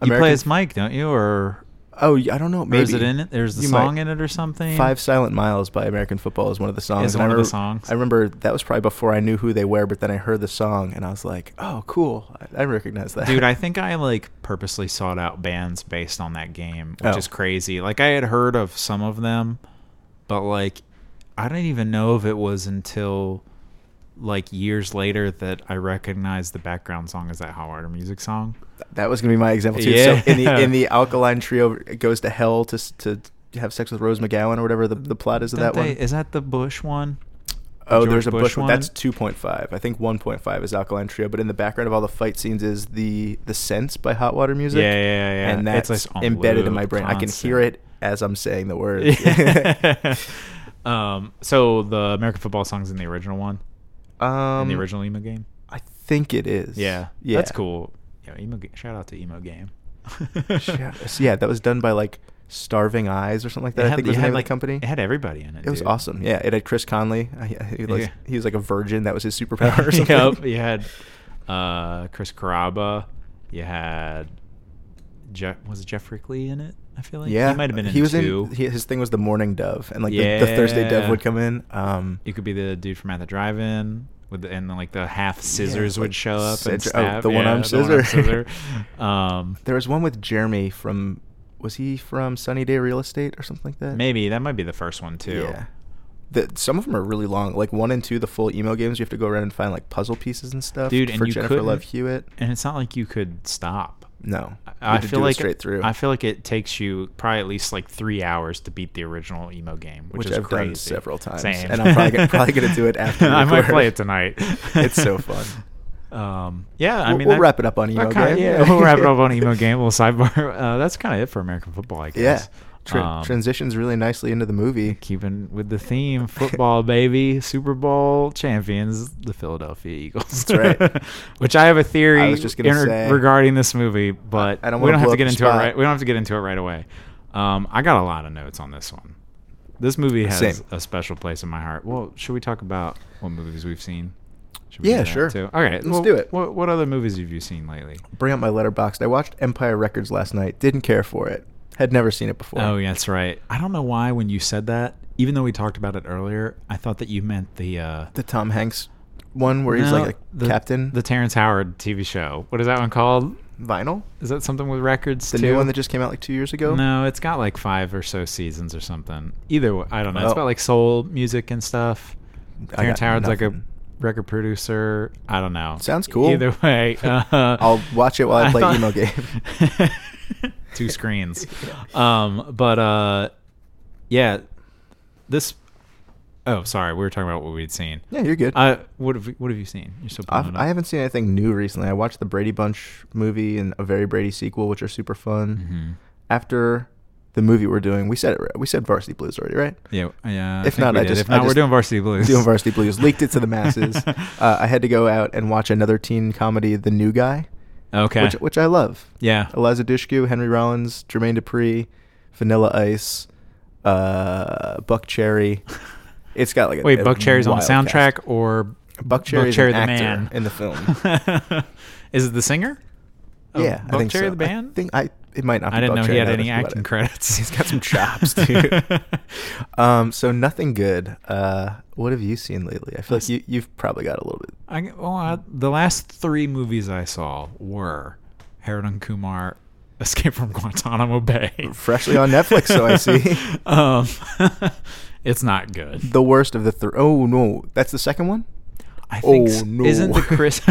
S1: play
S2: American-
S1: as Mike, don't you?
S2: [laughs]
S1: Or
S2: oh, yeah, I don't know. Maybe
S1: or is it in it? There's the
S2: You
S1: song
S2: might-
S1: in it or something.
S2: Five Silent Miles by American Football is one of the songs.
S1: Is
S2: and I
S1: one of the
S2: remember,
S1: songs?
S2: I remember that was probably before I knew who they were, but then I heard the song and I was like, oh, cool. I, I recognize that.
S1: Dude, I think I like purposely sought out bands based on that game, which
S2: Oh.
S1: is crazy. Like I had heard of some of them, but like I didn't even know if it was until like years later that I recognized the background song as that How Hard a Music song.
S2: [laughs] That was gonna be my example too.
S1: Yeah.
S2: So in the in the alkaline trio goes to hell to s- to have sex with Rose McGowan or whatever the, the plot is of
S1: Don't
S2: that
S1: they-
S2: one.
S1: Is that the Bush one?
S2: oh,
S1: George
S2: there's a
S1: Bush
S2: Bush,
S1: one?
S2: one. That's two point five. I think one point five is alkaline trio. But in the background of all the fight scenes is the the sense by Hot Water Music.
S1: Yeah, yeah, yeah, yeah.
S2: And
S1: It's
S2: that's
S1: like on
S2: embedded in my
S1: loop,
S2: brain. I can
S1: constant.
S2: hear it as I'm saying
S1: [laughs]
S2: the words. [laughs]
S1: um, so the American football song's in the original one,
S2: um,
S1: in the original emo game.
S2: I think it is.
S1: Yeah,
S2: yeah,
S1: that's cool. Yeah, emo. ga- Shout out to emo game.
S2: yeah, so yeah, that was done by like Starving Eyes or something
S1: [laughs]
S2: like
S1: It
S2: that. I
S1: had-
S2: think
S1: it
S2: was the
S1: had,
S2: name of
S1: like-
S2: the company.
S1: It had everybody in it.
S2: It was
S1: dude.
S2: awesome. Yeah,
S1: [laughs]
S2: it had Chris Conley. [laughs] I, I- he, was,
S1: Yeah.
S2: he was like a virgin. That
S1: [laughs]
S2: was his superpower or something.
S1: Yep,
S2: [laughs]
S1: you had uh, Chris Caraba. You had Jeff. Was Jeff Rickley in it? I feel like
S2: yeah,
S1: he might have been in
S2: He was
S1: two.
S2: in. He, his thing was the morning dove, and like the, the Thursday
S1: Yeah.
S2: dove would come in. Um,
S1: You could be the dude from at the drive-in with the, and like the half scissors
S2: like
S1: would show up and
S2: scissor- oh,
S1: stab.
S2: the one-armed
S1: the one-armed
S2: scissor. [laughs]
S1: scissor. um,
S2: there was one with Jeremy from. Was he from Sunny Day Real Estate or something like that?
S1: maybe that might be the first one too.
S2: Yeah. The, some of them are really long. Like one and two, the full emo games. You have to go around and find like puzzle pieces and stuff.
S1: Dude, and
S2: for
S1: you
S2: Jennifer Love
S1: couldn't-
S2: Hewitt.
S1: And it's not like you could stop.
S2: No,
S1: I-
S2: You
S1: I
S2: had to
S1: feel
S2: do it
S1: like
S2: straight through.
S1: I feel like it takes you probably at least like three hours to beat the original emo game, which,
S2: Which
S1: is
S2: I've done
S1: crazy.
S2: several times,
S1: Same.
S2: and I'm probably gonna- probably gonna do
S1: [laughs]
S2: it after we
S1: I might
S2: record.
S1: play it tonight.
S2: [laughs] It's so fun.
S1: Um, yeah, I
S2: We'll-
S1: mean
S2: we'll
S1: that-
S2: wrap it up on
S1: that
S2: emo
S1: kinda-
S2: game.
S1: Yeah, we'll wrap
S2: [laughs]
S1: it up on emo game. We'll sidebar. [laughs] Uh, that's kind of it for American football, I
S2: yeah,
S1: guess.
S2: Tra-
S1: Um,
S2: transitions really nicely into the movie.
S1: Keeping with the theme, football, baby, Super Bowl champions, the Philadelphia Eagles.
S2: That's right.
S1: [laughs] Which I have a theory
S2: I was just gonna
S1: in-
S2: say-
S1: regarding this movie, but
S2: I don't
S1: we
S2: wanna
S1: don't have to
S2: blow up
S1: get
S2: the
S1: into it
S2: spot.
S1: right. We don't have to get into it right away. Um, I got a lot of notes on this one. This movie has
S2: Same.
S1: a special place in my heart. Well, should we talk about what movies we've seen? Should do
S2: Yeah,
S1: that
S2: sure.
S1: Too? All right,
S2: Let's
S1: well,
S2: do it.
S1: What, what other movies have you seen lately?
S2: Bring up my letterbox. I watched Empire Records last night. Didn't care for it. Had never seen it before.
S1: Oh, yeah, that's right. I don't know why when you said that, even though we talked about it earlier, I thought that you meant the uh,
S2: The Tom Hanks one where he's
S1: no,
S2: like a
S1: the-
S2: captain.
S1: the Terrence Howard TV show. What is that one called?
S2: vinyl.
S1: Is that something with records?
S2: The
S1: too?
S2: new one that just came out like two years ago.
S1: No, it's got like five or so seasons or something. Either way, I don't know. It's
S2: Oh.
S1: about like soul music and stuff.
S2: I
S1: Terrence
S2: got
S1: Howard's like a
S2: nothing.
S1: record producer. I don't know.
S2: Sounds cool.
S1: Either
S2: [laughs]
S1: way, uh,
S2: I'll watch it while I play
S1: thought-
S2: emo game.
S1: [laughs] Two screens. Um, but uh, yeah, this. Oh, sorry. We were talking about what we'd seen.
S2: Yeah, you're good.
S1: I what have what have you seen? You're still. pulling
S2: I've,
S1: it
S2: I
S1: up.
S2: haven't seen anything new recently. I watched the Brady Bunch movie and a Very Brady sequel, which are super fun.
S1: Mhm.
S2: After the movie we're doing, we said it. right- We said Varsity Blues already, right?
S1: Yeah, yeah.
S2: If
S1: think
S2: not,
S1: we
S2: I
S1: did.
S2: just-
S1: if not,
S2: I
S1: we're
S2: just-
S1: doing Varsity Blues.
S2: Doing Varsity Blues. Leaked it
S1: [laughs]
S2: to the masses. uh, I had to go out and watch another teen comedy, The New Guy,
S1: okay.
S2: which which I love.
S1: yeah.
S2: [laughs] Eliza Dushku, Henry Rollins, Jermaine Dupri, Vanilla Ice, uh,
S1: [laughs]
S2: Buck Cherry. It's got like a
S1: [laughs] Wait,
S2: a
S1: Buck Cherry's on the
S2: wild
S1: soundtrack
S2: cast.
S1: or
S2: Buck Cherry's
S1: Cherry
S2: an
S1: the
S2: actor
S1: man.
S2: in the film.
S1: [laughs] Is it the singer? of
S2: yeah,
S1: Buck
S2: I think
S1: Cherry
S2: so.
S1: the band.
S2: I think I it might not. Be
S1: I didn't
S2: Buck
S1: know he
S2: Cherry
S1: had
S2: now
S1: any
S2: that I think
S1: acting
S2: about it.
S1: credits.
S2: He's
S1: [laughs]
S2: got some chops, dude. [laughs] um, so nothing good. Uh, what have you seen lately? I feel like you you've probably got a little bit.
S1: I, well, I, the last three movies I saw were Harold and Kumar, Escape from Guantanamo Bay,
S2: Freshly on Netflix, so I see.
S1: [laughs] um, it's not good.
S2: The worst of the three. Oh no, that's the second one.
S1: I think
S2: Oh,
S1: s-
S2: no.
S1: isn't
S2: [laughs]
S1: the Chris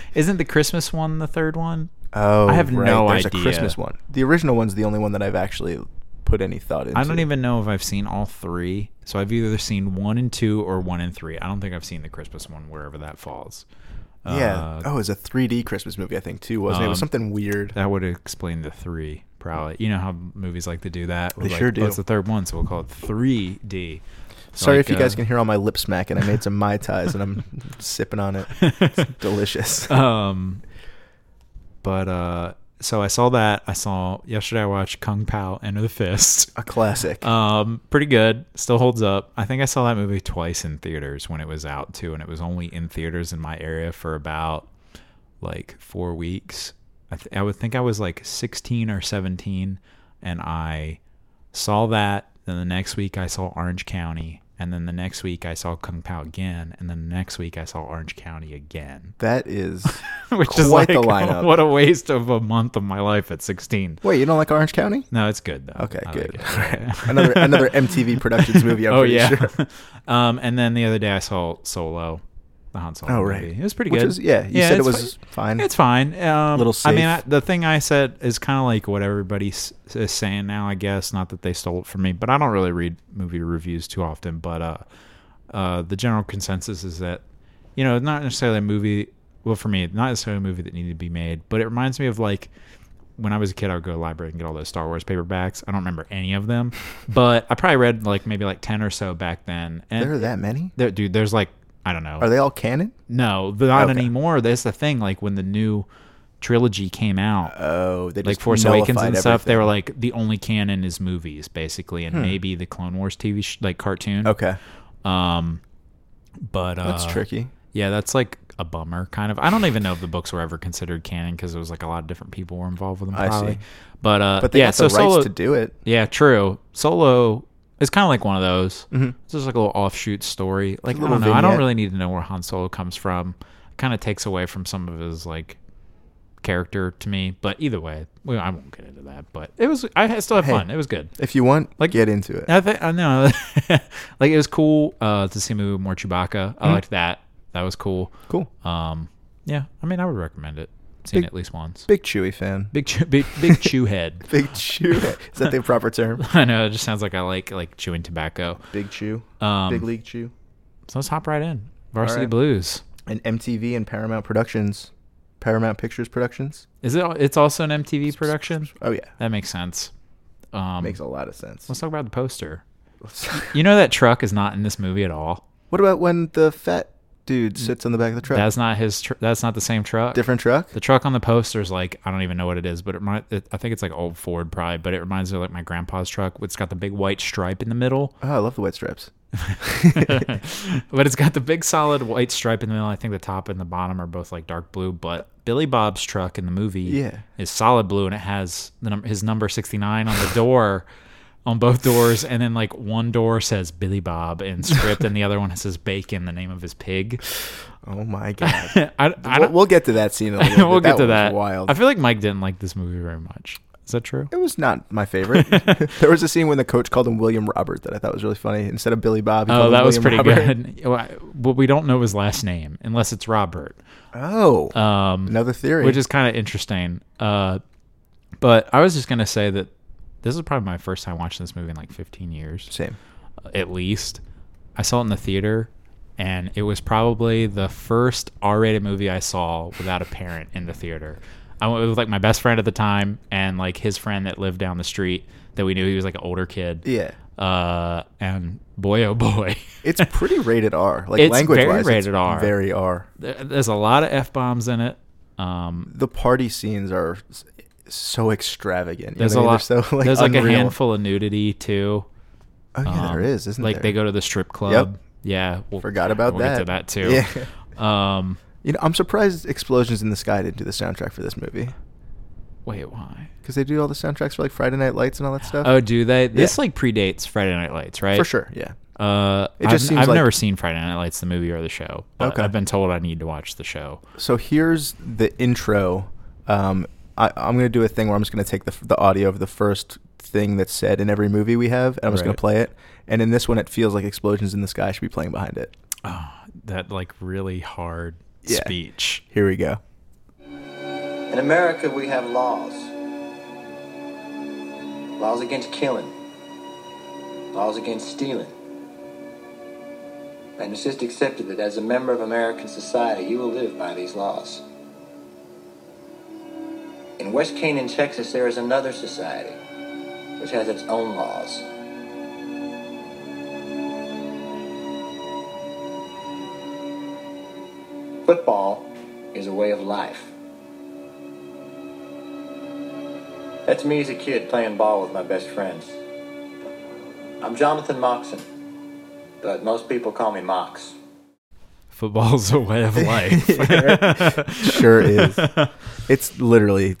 S1: [laughs] isn't the Christmas one the third one?
S2: Oh,
S1: I have
S2: right.
S1: no
S2: There's
S1: idea.
S2: a Christmas one. The original one's the only one that I've actually put any thought into.
S1: I don't even know if I've seen all three. So I've either seen one and two or one and three. I don't think I've seen the Christmas one wherever that falls.
S2: Yeah.
S1: Uh,
S2: oh, it's a 3D Christmas movie, I think too, wasn't it? It was
S1: um,
S2: something weird.
S1: That would explain the three, probably. You know how movies like to do that. We're
S2: They
S1: like,
S2: sure
S1: "Oh,
S2: do.
S1: it's the third one, so we'll call it 3D. So,
S2: Sorry
S1: like,
S2: if you guys
S1: uh,
S2: can hear all my lip smacking. I made some mai tais
S1: [laughs]
S2: and I'm [laughs] sipping on it. It's delicious.
S1: um, but uh, so I saw that. I saw yesterday. I watched Kung Pao Enter the Fist.
S2: a classic.
S1: Um, pretty good. Still holds up. I think I saw that movie twice in theaters when it was out too, and it was only in theaters in my area for about like four weeks. I, th- I would think I was like 16 or 17, and I saw that. Then the next week I saw Orange County, and then the next week I saw Kung Pao again, and then the next week I saw Orange County again. [laughs]
S2: that is. [laughs]
S1: Which is like
S2: Quite the
S1: [laughs]
S2: lineup.
S1: what a waste of a month of my life at 16.
S2: Wait, you don't like Orange County?
S1: No, it's good though.
S2: Okay,
S1: I like
S2: good.
S1: it.
S2: All right. another
S1: [laughs]
S2: another MTV Productions movie. I'm
S1: oh
S2: pretty
S1: yeah.
S2: sure.
S1: [laughs] um, and then the other day I saw Solo, the Han Solo.
S2: Oh, right.
S1: movie. It was pretty
S2: Which
S1: good.
S2: is- yeah, you said it
S1: it's
S2: was fine.
S1: It's fine. Um,
S2: Little
S1: I mean, I,
S2: safe.
S1: the thing I said is kind of like what everybody s- is saying now. I guess not that they stole it from me, but I don't really read movie reviews too often. But uh, uh, the general consensus is that you know, not necessarily a movie. Well, for me, not necessarily a movie that needed to be made, but it reminds me of like when I was a kid, I would go to the library and get all those Star Wars paperbacks. I don't remember any of
S2: [laughs]
S1: them, but I probably read like maybe like ten or so back then. And
S2: There are that many?
S1: there- dude, there's like I don't know.
S2: Are they all canon?
S1: no, they're not
S2: Okay.
S1: anymore. That's the thing. Like when the new trilogy came out,
S2: Oh, they
S1: like
S2: just
S1: Force Awakens
S2: nullified
S1: and stuff, they
S2: everything. Hmm.
S1: were like the only canon is movies basically, and maybe the Clone Wars TV sh- like cartoon.
S2: Okay,
S1: Um, but uh,
S2: Oh. that's tricky.
S1: yeah, that's like a bummer, kind of. I don't even know if the books were ever considered canon because it was like a lot of different people were involved with them.
S2: I see.
S1: Probably. But uh,
S2: But they
S1: yeah,
S2: got
S1: so
S2: the rights
S1: solo.
S2: to do it.
S1: yeah, true. Solo is kind of like one of those. It's just like a little offshoot story. Like I
S2: Mm-hmm. little
S1: don't know. I don't
S2: vignette.
S1: really need to know where Han Solo comes from. It kind of takes away from some of his like character to me. But either way, well, I won't get into that. But it was. I had- still had
S2: Hey.
S1: fun. It was good.
S2: If you want,
S1: Like-
S2: like get into it.
S1: I think I know. [laughs] like it was cool uh, to see a movie with more Chewbacca.
S2: Mm-hmm.
S1: I liked that. That was cool.
S2: Cool.
S1: Um, yeah, I mean, I would recommend it. Seen
S2: Big-
S1: it at least once.
S2: Big Chewy fan.
S1: Big chew, big, big chew head.
S2: Big Chew. Is that the proper term?
S1: [laughs] I know it just sounds like I like like chewing tobacco.
S2: Big Chew.
S1: Um,
S2: Big League Chew.
S1: so let's hop right in. Varsity
S2: right.
S1: Blues.
S2: And MTV and Paramount Productions. Paramount Pictures Productions.
S1: Is it? It's also an MTV production.
S2: Oh yeah,
S1: That makes sense. Um,
S2: makes a lot of sense.
S1: let's talk about the
S2: [laughs]
S1: poster. You know that truck is not in this movie at all.
S2: what about when the fat dude sits on the back of the truck.
S1: Mm. That's not his. Tr- that's not the same truck.
S2: Different truck.
S1: The truck on the poster is like I don't even know what it is, but it, remi- it I think it's like old Ford probably, but it reminds me of like my grandpa's truck. It's got the big white stripe in the middle,
S2: Oh, I love the white stripes.
S1: [laughs] but it's got the big solid white stripe in the middle. I think the top and the bottom are both like dark blue, but Billy Bob's truck in the movie
S2: Yeah.
S1: is solid blue and it has the num- his number 69 on the door on both doors and then like one door says Billy Bob in script and the other one says bacon the name of his pig. [laughs]
S2: Oh my god.
S1: I, I
S2: we'll,
S1: don't,
S2: we'll get to
S1: [laughs]
S2: that scene. In a little
S1: we'll
S2: bit.
S1: get to
S2: one was
S1: that.
S2: Wild.
S1: I feel like Mike didn't like this movie very much. Is that true?
S2: it was not
S1: [laughs]
S2: my favorite. [laughs] there was a scene when the coach called him William Robert that I thought was really funny. Instead of Billy Bob, he
S1: Oh,
S2: called him
S1: that was pretty
S2: William Robert.
S1: good. [laughs] Well, I- But we don't know his last name unless it's Robert,
S2: [laughs] Oh,
S1: um,
S2: another theory.
S1: which is kind of interesting. Uh, but I was just gonna say that this is probably my first time watching this movie in like 15 years,
S2: same.
S1: at least. I saw it in the theater, and it was probably the first R-rated movie I saw without a parent in the theater. I went with like my best friend at the time, and like his friend that lived down the street that we knew. He was like an older kid.
S2: Yeah,
S1: Uh, and boy, oh boy. [laughs]
S2: it's pretty rated R. Like
S1: It's
S2: language
S1: very
S2: wise,
S1: rated R.
S2: Very R.
S1: There- there's a lot of f bombs in it. Um,
S2: The party scenes are s- so extravagant. You
S1: there's
S2: know
S1: a
S2: what I mean?
S1: lot.
S2: They're So, like,
S1: there's like a
S2: unreal.
S1: handful of nudity too.
S2: Oh yeah, there
S1: Um,
S2: is, isn't
S1: like
S2: there?
S1: they go to the strip club. Yeah, we'll-
S2: Forgot about
S1: we'll Get to
S2: that.
S1: that too. [laughs] Um,
S2: You know, I'm surprised "Explosions in the Sky" didn't do the soundtrack for this movie
S1: wait, why?
S2: because they do all the soundtracks for like Friday Night Lights and all that stuff.
S1: Oh, do they? This
S2: Yeah.
S1: like predates Friday Night Lights, right?
S2: for sure. Yeah.
S1: Uh,
S2: It just
S1: I've,
S2: seems
S1: I've
S2: like-
S1: never seen Friday Night Lights, the movie or the show. But
S2: Okay.
S1: I've been told I need to watch the show.
S2: So here's the intro. Um, I, I'm going to do a thing where I'm just going to take the, the audio of the first thing that's said in every movie we have, and I'm just going
S1: Right.
S2: to play it. And in this one, it feels like explosions in the sky should be playing behind it.
S1: Oh, that like really hard
S2: Yeah.
S1: speech.
S2: Here we go.
S3: In America, we have laws. Laws against killing. Laws against stealing. And it's just accepted that as a member of American society, you will live by these laws. In West Canaan, Texas, there is another society which has its own laws. Football is a way of life. That's me as a kid playing ball with my best friends. I'm Jonathan Moxon, but most people call me Mox.
S1: Football's a way
S2: [laughs]
S1: of life.
S2: Sure
S1: [laughs]
S2: is. It's literally.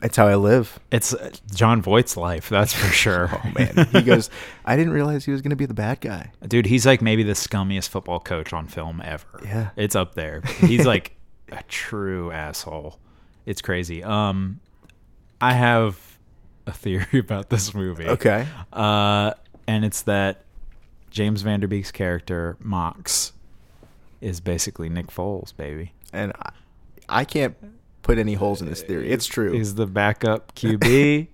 S2: It's how I live.
S1: It's uh, John Voight's life, that's for sure.
S2: Oh man, he goes. I didn't realize he was going to be the bad guy.
S1: Dude, he's like maybe the scummiest football coach on film ever.
S2: Yeah.
S1: It's up there. He's like [laughs] a true asshole. It's crazy. Um I have a theory [laughs] about this movie.
S2: Okay.
S1: Uh and it's that James Vanderbeek's character, Mox, is basically Nick Foles, baby.
S2: And I, I can't put any holes in this theory. It's true.
S1: He's the
S2: [laughs]
S1: backup QB.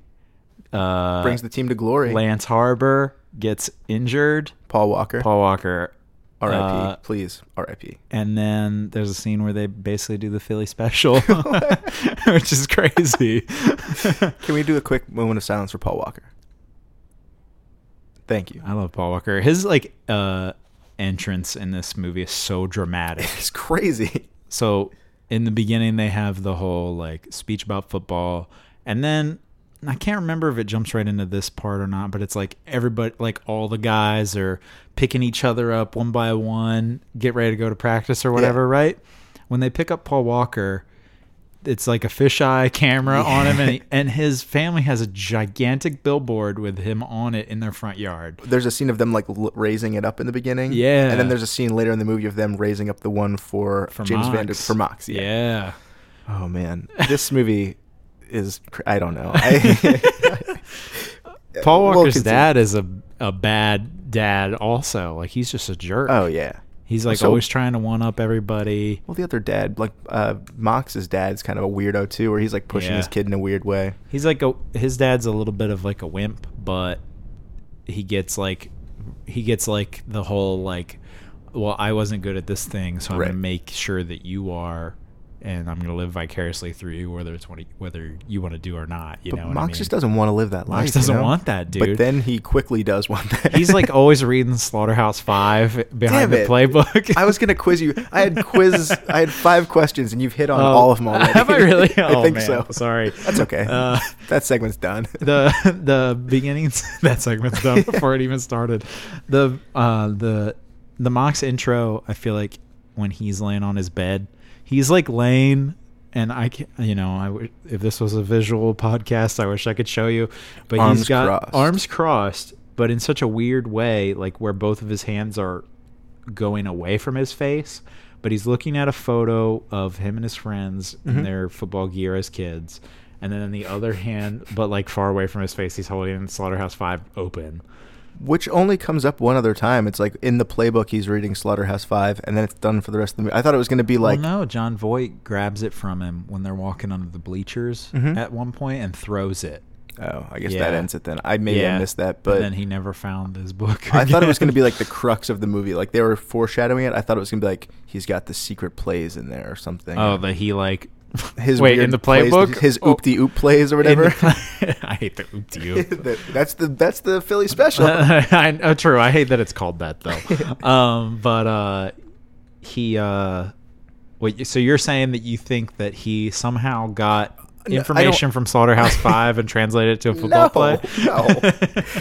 S1: uh
S2: Brings the team to glory.
S1: Lance Harbor gets injured.
S2: Paul Walker.
S1: Paul Walker.
S2: R.I.P.
S1: uh,
S2: Please,
S1: [laughs]
S2: R.I.P.
S1: And then there's a scene where they basically do the Philly special, [laughs] which is crazy.
S2: Can we do a quick moment of silence for Paul Walker? Thank you.
S1: I love Paul Walker. His like uh, entrance in this movie is so dramatic.
S2: It's crazy.
S1: So in the beginning, they have the whole like speech about football, and then I can't remember if it jumps right into this part or not, but it's like everybody, like all the guys are picking each other up one by one, get ready to go to practice or whatever, right? When they pick up Paul Walker, it's like a fisheye camera on him,
S2: [laughs]
S1: and, he, and his family has a gigantic billboard with him on it in their front yard.
S2: There's a scene of them like l- raising it up in the beginning.
S1: Yeah.
S2: And then there's a scene later in the movie of them raising up the one for,
S1: For
S2: James
S1: Mox.
S2: Vander for Mox. Yeah.
S1: yeah. [laughs]
S2: Oh man, this movie is cr- I don't know.
S1: [laughs]
S2: I,
S1: Paul
S2: We'll
S1: Walker's
S2: continue.
S1: dad is a a bad dad also. Like he's just a jerk.
S2: oh yeah.
S1: He's like
S2: So-
S1: always trying to one up everybody.
S2: Well, the other dad, like uh, Mox's dad's kind of a weirdo too, where he's like pushing
S1: Yeah.
S2: his kid in a weird way.
S1: He's like a his dad's a little bit of like a wimp, but he gets like he gets like the whole like well, I wasn't good at this thing, so I'm
S2: Right.
S1: gonna make sure that you are and I'm gonna live vicariously through you, whether it's what, whether you want to do or not. You
S2: But
S1: know,
S2: Mox
S1: what I mean?
S2: just doesn't want to live that life.
S1: Mox
S2: you
S1: doesn't
S2: know?
S1: want that, dude.
S2: But then he quickly does want that.
S1: He's like always reading Slaughterhouse
S2: [laughs]
S1: Five behind
S2: Damn
S1: the
S2: it.
S1: playbook.
S2: [laughs] I was gonna quiz you. I had quiz. I had five questions, and you've hit on
S1: Oh,
S2: all of them
S1: [laughs]
S2: already.
S1: Have I really?
S2: [laughs] I
S1: Oh,
S2: think
S1: man.
S2: so.
S1: Sorry.
S2: That's okay.
S1: Uh,
S2: that segment's done.
S1: the [laughs] the beginnings [laughs] that segment's done before it even started. The uh the the Mox intro, I feel like when he's laying on his bed, he's like laying and I can you know, I w- if this was a visual podcast, I wish I could show you, but
S2: Arms
S1: he's got
S2: crossed.
S1: arms crossed, but in such a weird way like where both of his hands are going away from his face, but he's looking at a photo of him and his friends in
S2: Mhm.
S1: their football gear as kids. And then on the other hand, but like far away from his face, he's holding Slaughterhouse Five open.
S2: Which only comes up one other time. It's like in the playbook he's reading Slaughterhouse Five, and then it's done for the rest of the movie. I thought it was gonna be like
S1: well, no, John Voight grabs it from him when they're walking under the bleachers
S2: Mhm.
S1: at one point and throws it.
S2: Oh, I guess that
S1: Yeah.
S2: ends it then. I maybe I missed that, but
S1: then he never found his book.
S2: I thought it was
S1: again.
S2: going
S1: [laughs]
S2: to be like the crux of the movie. Like they were foreshadowing it. I thought it was going to be like he's got the secret plays in there or something.
S1: [laughs] oh, that he like
S2: [laughs] his
S1: wait
S2: weird
S1: in the
S2: plays,
S1: playbook
S2: his
S1: Oh,
S2: oop de oop plays or
S1: in the
S2: whatever. [laughs]
S1: play- [laughs] I hate the oop de oop.
S2: The- that's the that's the Philly special.
S1: [laughs] I, oh, true. I hate that it's called that
S2: [laughs]
S1: though. um, but uh, he. Uh, wait. So you're saying that you think that he somehow got
S2: Uh, No, I
S1: information
S2: don't-
S1: from
S2: [laughs]
S1: Slaughterhouse Five and translated it to a football
S2: no,
S1: play?
S2: no.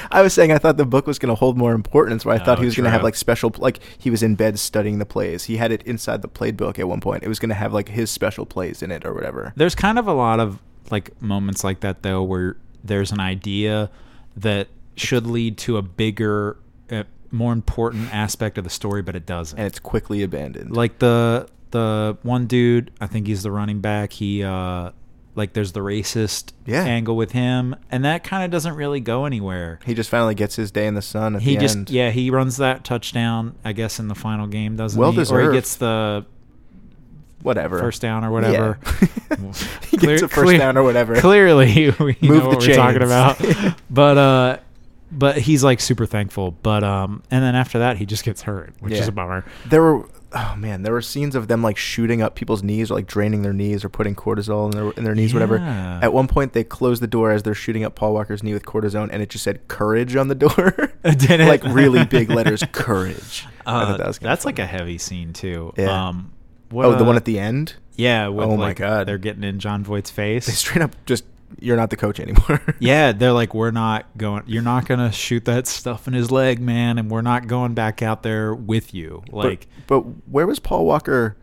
S1: [laughs]
S2: I was saying I thought the book was going to hold more importance. Where I thought
S1: Oh,
S2: he was going to have
S1: true.
S2: like special, like he was in bed studying the plays. He had it inside the playbook at one point. It was going to have like his special plays in it or whatever.
S1: There's kind of a lot of like moments like that though, where there's an idea that should lead to a bigger, uh, more important aspect of the story, but it doesn't.
S2: and it's quickly abandoned.
S1: like the the one dude i think he's the running back he uh like there's the racist
S2: Yeah.
S1: angle with him and that kind of doesn't really go anywhere
S2: he just finally gets his day in the sun. At
S1: he
S2: the
S1: just
S2: end.
S1: yeah he runs that touchdown i guess in the final game doesn't
S2: Well
S1: he or
S2: deserved.
S1: he gets the
S2: whatever
S1: first down or whatever
S2: Yeah. [laughs] he gets
S1: Clear-
S2: a first
S1: clear-
S2: down or
S1: [laughs]
S2: whatever.
S1: clearly we
S2: Move
S1: know
S2: the
S1: what we're talking
S2: chains.
S1: about
S2: [laughs]
S1: but uh but he's like super thankful but um and then after that he just gets hurt which
S2: Yeah.
S1: is a bummer
S2: There were oh man, there were scenes of them like shooting up people's knees or like draining their knees or putting cortisol in their in their knees, whatever.
S1: Yeah.
S2: At one point, they closed the door as they're shooting up Paul Walker's knee with cortisone, and it just said "courage" on the door,
S1: Did [laughs] it?
S2: like really big letters "courage."
S1: [laughs]
S2: I
S1: Uh,
S2: thought that was kinda
S1: that's
S2: funny.
S1: like a heavy scene too.
S2: Yeah.
S1: Um, what,
S2: oh, the
S1: uh,
S2: one at the end.
S1: yeah. With
S2: Oh my
S1: like,
S2: God.
S1: they're getting in John Voight's
S2: They
S1: face.
S2: straight up just you're not the coach anymore.
S1: [laughs]
S2: [laughs]
S1: yeah, they're like, we're not going. You're not gonna shoot that stuff in his leg, man, and we're not going back out there with you.
S2: But-
S1: Like
S2: but, where was Paul Walker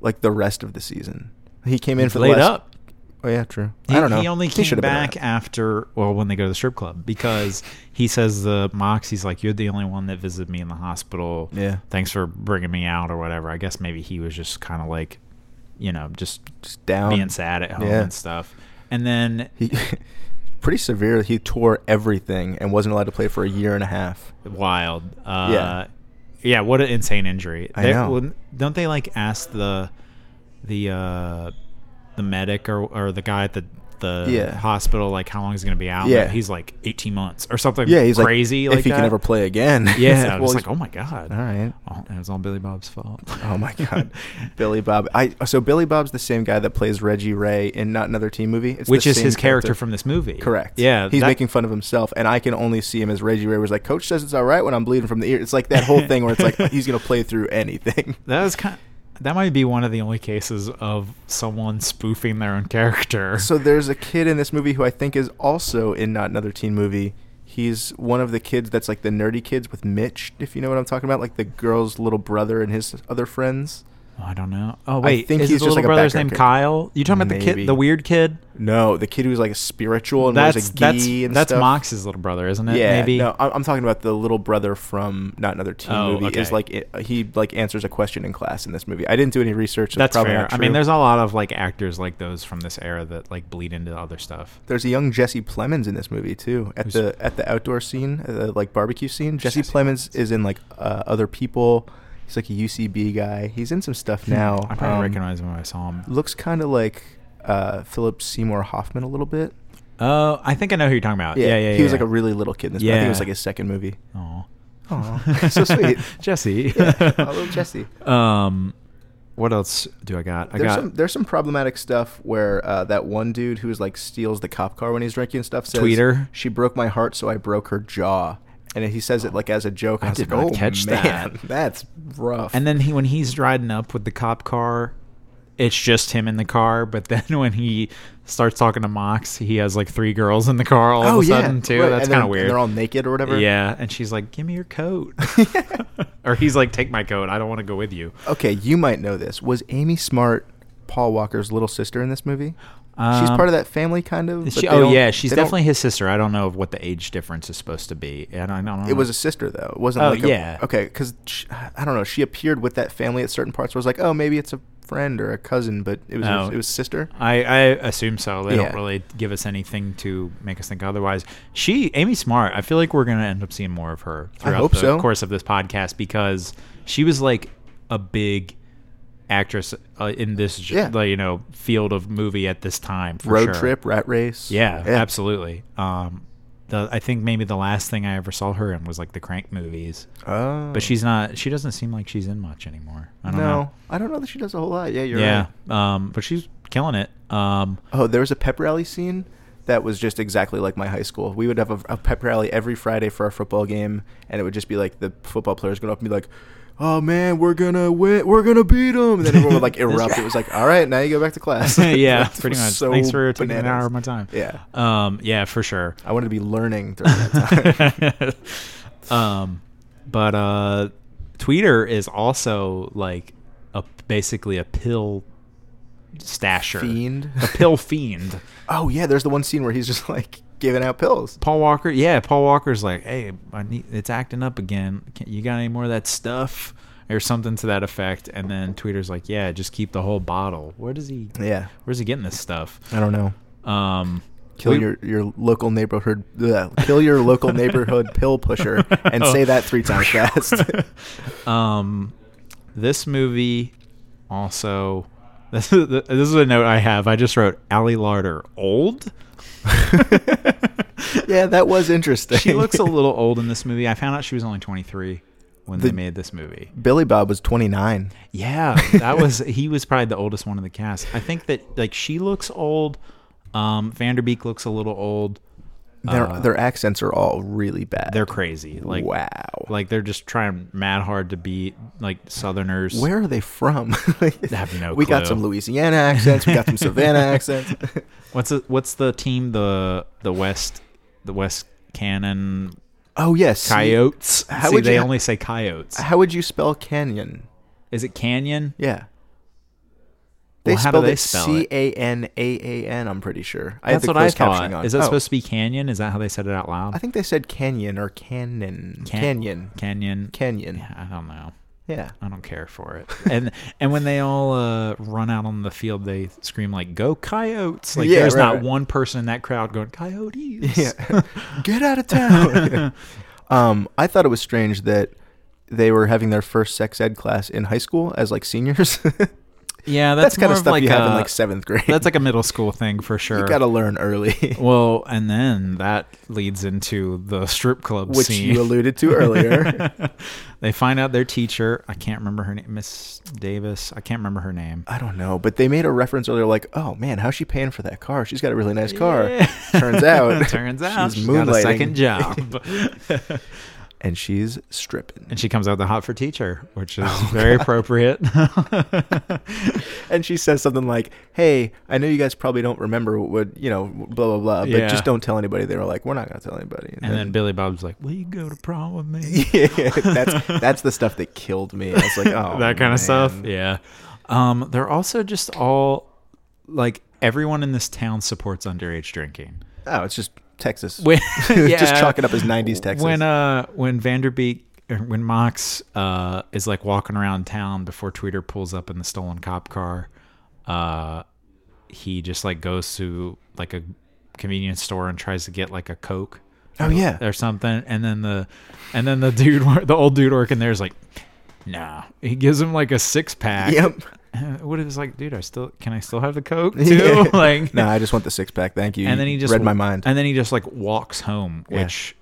S2: like the rest of the season? He came in for the
S1: laid
S2: last-
S1: up.
S2: Oh yeah, true.
S1: He,
S2: I don't know.
S1: He only came
S2: should have been
S1: back
S2: around.
S1: after, well, when they go to the strip club because he says the Mox, he's like, you're the only one that visited me in the hospital.
S2: Yeah.
S1: Thanks for bringing me out or whatever. I guess maybe he was just kind of like, you know, just
S2: just down
S1: being sad at home
S2: Yeah.
S1: and stuff. And then
S2: He [laughs] pretty severe. He tore everything and wasn't allowed to play for a year and a half.
S1: wild. Uh, yeah.
S2: Yeah.
S1: What an insane injury.
S2: I
S1: They-
S2: know.
S1: well, Don't they like ask the the uh, the medic or or the guy at the the
S2: Yeah.
S1: hospital like how long he's gonna be out?
S2: Yeah.
S1: He's like eighteen months or something.
S2: Yeah, he's like,
S1: crazy.
S2: if he can
S1: that.
S2: ever play again. It's [laughs]
S1: Yeah.
S2: like,
S1: I
S2: well,
S1: was
S2: he's-
S1: like, oh my god.
S2: all right.
S1: Oh, and it was all Billy Bob's fault.
S2: [laughs] Oh my
S1: [laughs]
S2: God, Billy Bob. I so Billy Bob's the same guy that plays Reggie Ray in not another team movie. It's the
S1: Which is
S2: same
S1: his character, from this movie.
S2: Correct.
S1: Yeah.
S2: he's
S1: that-
S2: making fun of himself, and I can only see him as Reggie Ray was like, "Coach says it's all right when I'm bleeding from the ear." It's like
S1: [laughs]
S2: that whole thing where it's like he's gonna play through anything.
S1: That was kind. that might be one of the only cases of someone spoofing their own character.
S2: So there's a kid in this movie who I think is also in not another teen movie. He's one of the kids that's like the nerdy kids with Mitch, if you know what I'm talking about, like the girl's little brother and his other friends.
S1: Oh, I don't know. Oh
S2: I
S1: wait,
S2: think
S1: is
S2: he's
S1: his
S2: just
S1: little
S2: like a
S1: brother's name
S2: background
S1: Kyle? You talking about the
S2: Maybe.
S1: kid, the weird kid?
S2: No, the kid who's like spiritual and
S1: that's
S2: wears a gi
S1: that's
S2: and
S1: that's
S2: stuff.
S1: Mox's little brother, isn't it?
S2: Yeah,
S1: Maybe.
S2: no, I- I'm talking about the little brother from not another teen
S1: Oh,
S2: movie. Is
S1: okay.
S2: like it, he like answers a question in class in this movie. I didn't do any research. So
S1: that's
S2: probably
S1: fair.
S2: Not
S1: I mean,
S2: true.
S1: there's a lot of like actors like those from this era that like bleed into other stuff.
S2: There's a young Jesse Plemons in this movie too. At
S1: Who's-
S2: the at the outdoor scene, at the like barbecue scene, Jesse,
S1: Jesse
S2: Plemons is in like uh, other people. He's like a UCB guy. He's in some stuff now.
S1: Hmm. I probably
S2: Um,
S1: recognize him when I saw him.
S2: Looks kind of like uh, Philip Seymour Hoffman a little bit.
S1: Oh, I think I know who you're talking about. Yeah, yeah, yeah.
S2: He was like a really little kid in this. movie. I think it was
S1: Yeah.
S2: like his second movie.
S1: Aw.
S2: Aw, so sweet.
S1: [laughs] Jesse.
S2: Yeah, a little Jesse.
S1: [laughs] Um, what else do I got? I
S2: There's
S1: got
S2: some there's some problematic stuff where uh, that one dude who's like steals the cop car when he's drinking and stuff says
S1: Tweeter.
S2: she broke my heart so I broke her jaw. And he says it like as a joke. I, was
S1: did
S2: like,
S1: not
S2: "Oh,
S1: catch
S2: man, [laughs] That's rough.
S1: And then he, when he's riding up with the cop car, it's just him in the car. But then [laughs] when he starts talking to Mox, he has like three girls in the car all
S2: oh
S1: of a
S2: yeah,
S1: sudden too.
S2: right,
S1: That's
S2: and then-
S1: kind of
S2: and
S1: weird.
S2: they're all naked or whatever.
S1: yeah, and she's like, "Give me your
S2: [laughs]
S1: coat," [laughs] or he's like, "Take my coat. I don't want to go with you."
S2: Okay, you might know this. Was Amy Smart Paul Walker's little sister in this movie? Oh, She's
S1: Um,
S2: part of that family, kind of. but
S1: She,
S2: they
S1: oh
S2: don't-
S1: yeah, she's
S2: they don't-
S1: definitely his sister. I don't know of what the age difference is supposed to be, and I don't. Know.
S2: It was a sister though. It wasn't
S1: Oh,
S2: like a,
S1: yeah.
S2: okay, because I don't know. She appeared with that family at certain parts. Where I was like, oh, maybe it's a friend or a cousin, but it was
S1: No.
S2: it was sister.
S1: I, I assume so. They don't
S2: Yeah.
S1: really give us anything to make us think otherwise. She, Amy Smart, I feel like we're going to end up seeing more of her throughout
S2: hope
S1: the
S2: so.
S1: course of this podcast because she was like a big actress uh, in this, ge-
S2: Yeah.
S1: like, you know, field of movie at this time. For
S2: Road
S1: sure.
S2: trip, rat race.
S1: Yeah, absolutely. Um, the, I think maybe the last thing I ever saw her in was like the Crank movies,
S2: Oh.
S1: but she's not. She doesn't seem like she's in much anymore. I
S2: no,
S1: don't know.
S2: I don't know that she does a whole lot. Yeah, you're
S1: yeah,
S2: right.
S1: um, but she's killing it. Um,
S2: Oh, there was a pep rally scene that was just exactly like my high school. We would have a, a pep rally every Friday for our football game, and it would just be like the football players going up and be like, "Oh man, we're gonna win, we're gonna beat them," and then
S1: [laughs]
S2: everyone would like erupt. It was like, "All right, now you go back to class." [laughs]
S1: yeah,
S2: It
S1: pretty
S2: was
S1: much.
S2: so
S1: Thanks for taking an
S2: bananas.
S1: hour of my time.
S2: Yeah,
S1: Um, yeah, for sure.
S2: I wanted to be learning during that
S1: [laughs]
S2: time. [laughs]
S1: um, but uh, Tweeter is also like a basically a pill stasher,
S2: Fiend.
S1: a pill fiend.
S2: [laughs] oh yeah, there's the one scene where he's just like giving out pills.
S1: Paul Walker, yeah, Paul Walker's like, hey, I need, it's acting up again. Can, you got any more of that stuff? Or something to that effect, and then Tweeter's like, "Yeah, just keep the whole bottle." Where does he?
S2: Yeah,
S1: Where's he getting this stuff?
S2: I don't know.
S1: Um,
S2: Kill
S1: we-
S2: your, your local neighborhood bleh, kill your
S1: [laughs]
S2: local neighborhood pill pusher and say that three times
S1: Oh.
S2: fast. [laughs]
S1: [laughs] Um, this movie also. [laughs] This is, this is a note I have. I just wrote Allie Larder old.
S2: [laughs] yeah, that was
S1: [laughs]
S2: interesting.
S1: She looks
S2: [laughs]
S1: a little old in this movie. I found out she was only 23 when they
S2: The-
S1: made this movie.
S2: Billy Bob was 29.
S1: Yeah, that
S2: [laughs]
S1: was he was probably the oldest one in the cast. I think that like she looks old. Um, Vanderbeek looks a little old.
S2: Their
S1: Uh,
S2: their accents are all really bad.
S1: They're crazy. Like
S2: wow.
S1: Like they're just trying mad hard to be like Southerners.
S2: Where are they
S1: [laughs]
S2: from? I
S1: have no
S2: We got
S1: clue.
S2: some Louisiana accents. We got some
S1: [laughs]
S2: Savannah accents.
S1: What's the, what's the team the the West the West Cannon
S2: Oh yes,
S1: Coyotes?
S2: how
S1: See,
S2: would
S1: they
S2: you-
S1: only say coyotes.
S2: How would you spell canyon?
S1: Is it canyon?
S2: Yeah.
S1: Well, how do they spell it?
S2: C A N A A N. I'm pretty sure. I had
S1: That's
S2: the
S1: what I
S2: closed
S1: thought.
S2: captioning on.
S1: Is that
S2: Oh,
S1: supposed to be canyon? Is that how they said it out loud?
S2: I think they said canyon or cannon.
S1: Can-
S2: canyon.
S1: Canyon.
S2: Canyon.
S1: Yeah, Uh-huh. I don't know.
S2: Yeah.
S1: I don't care for it. And [laughs] and when they all uh, run out on the field, they scream like "Go coyotes!" Like
S2: Yeah,
S1: there's
S2: right,
S1: not
S2: right.
S1: one person in that crowd going "Coyotes."
S2: [laughs] Yeah. Get out of town. um, I thought it was strange that they were having their first sex ed class in high school as like seniors.
S1: [laughs]
S2: [laughs]
S1: yeah. That's,
S2: That's kind
S1: more
S2: of stuff
S1: like
S2: you have in
S1: a-
S2: like seventh grade.
S1: That's like a middle school thing for sure.
S2: you gotta learn early,
S1: Well, and then that leads into the strip club
S2: which
S1: scene.
S2: you alluded to earlier.
S1: [laughs] they find out their teacher. I can't remember her name. Miss Davis. I can't remember her name.
S2: [laughs] I don't know, but they made a reference earlier, like, "Oh man, how's she paying for that car? She's got a really nice car." Turns
S1: [laughs]
S2: out,
S1: Turns out
S2: [laughs] she's
S1: she's got a
S2: moonlighting.
S1: second job,
S2: [laughs]
S1: [laughs]
S2: and she's stripping,
S1: and she comes out the hot for teacher, which is very [laughs] appropriate.
S2: and she says something like, "Hey, I know you guys probably don't remember what you know, blah blah blah, but
S1: Yeah.
S2: just don't tell anybody." They were like, "We're not gonna tell anybody,"
S1: and then Billy Bob's like, "Will you go to prom with me?" [laughs]
S2: [laughs] yeah, that's that's the stuff that killed me. I was like, oh,
S1: that kind
S2: man.
S1: of stuff. Yeah. Um, they're also just all like everyone in this town supports underage drinking.
S2: Oh, it's just Texas.
S1: When,
S2: [laughs]
S1: [laughs]
S2: just
S1: yeah.
S2: chalk it up as '90s Texas.
S1: when uh when Vanderbeek or when Mox uh is like walking around town before Tweeter pulls up in the stolen cop car, uh he just like goes to like a convenience store and tries to get like a coke
S2: oh yeah,
S1: or something and then the and then the dude [laughs] wor- the old dude working there is like nah he gives him like a six pack
S2: [laughs] yep.
S1: [laughs] what if it's like dude I still can I still have the
S2: [laughs]
S1: coke too [laughs] like
S2: no, I just want the six pack. Thank you.
S1: and then he just
S2: read my mind.
S1: And then he just like walks home, which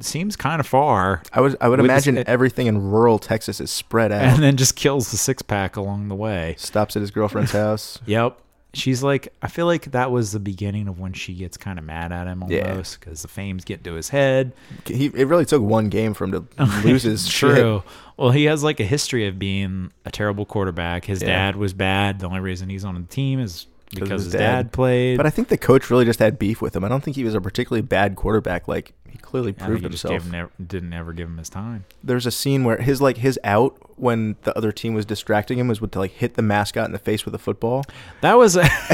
S1: seems kind of far,
S2: I would I would
S1: With this- e
S2: imagine everything in rural Texas is spread out.
S1: and then just kills the six pack along the way.
S2: Stops at his girlfriend's house.
S1: Yep. She's like, I feel like that was the beginning of when she gets kind of mad at him
S2: Yeah.
S1: almost because the fames get to his head.
S2: He it really took one game for him
S1: [laughs]
S2: to lose his shit.
S1: True. Well, he has like a history of being a terrible quarterback. His
S2: Yeah.
S1: dad was bad. The only reason he's on the team is
S2: of
S1: because
S2: his
S1: his
S2: dad.
S1: dad, played.
S2: But I think the coach really just had beef with him. I don't think he was a particularly bad quarterback. Like he clearly
S1: I think
S2: proved
S1: he just gave
S2: himself.
S1: him never, didn't ever give him his time.
S2: There's a scene where his like his out when the other team was distracting him was with to like hit the mascot in the face with a football.
S1: That was [laughs]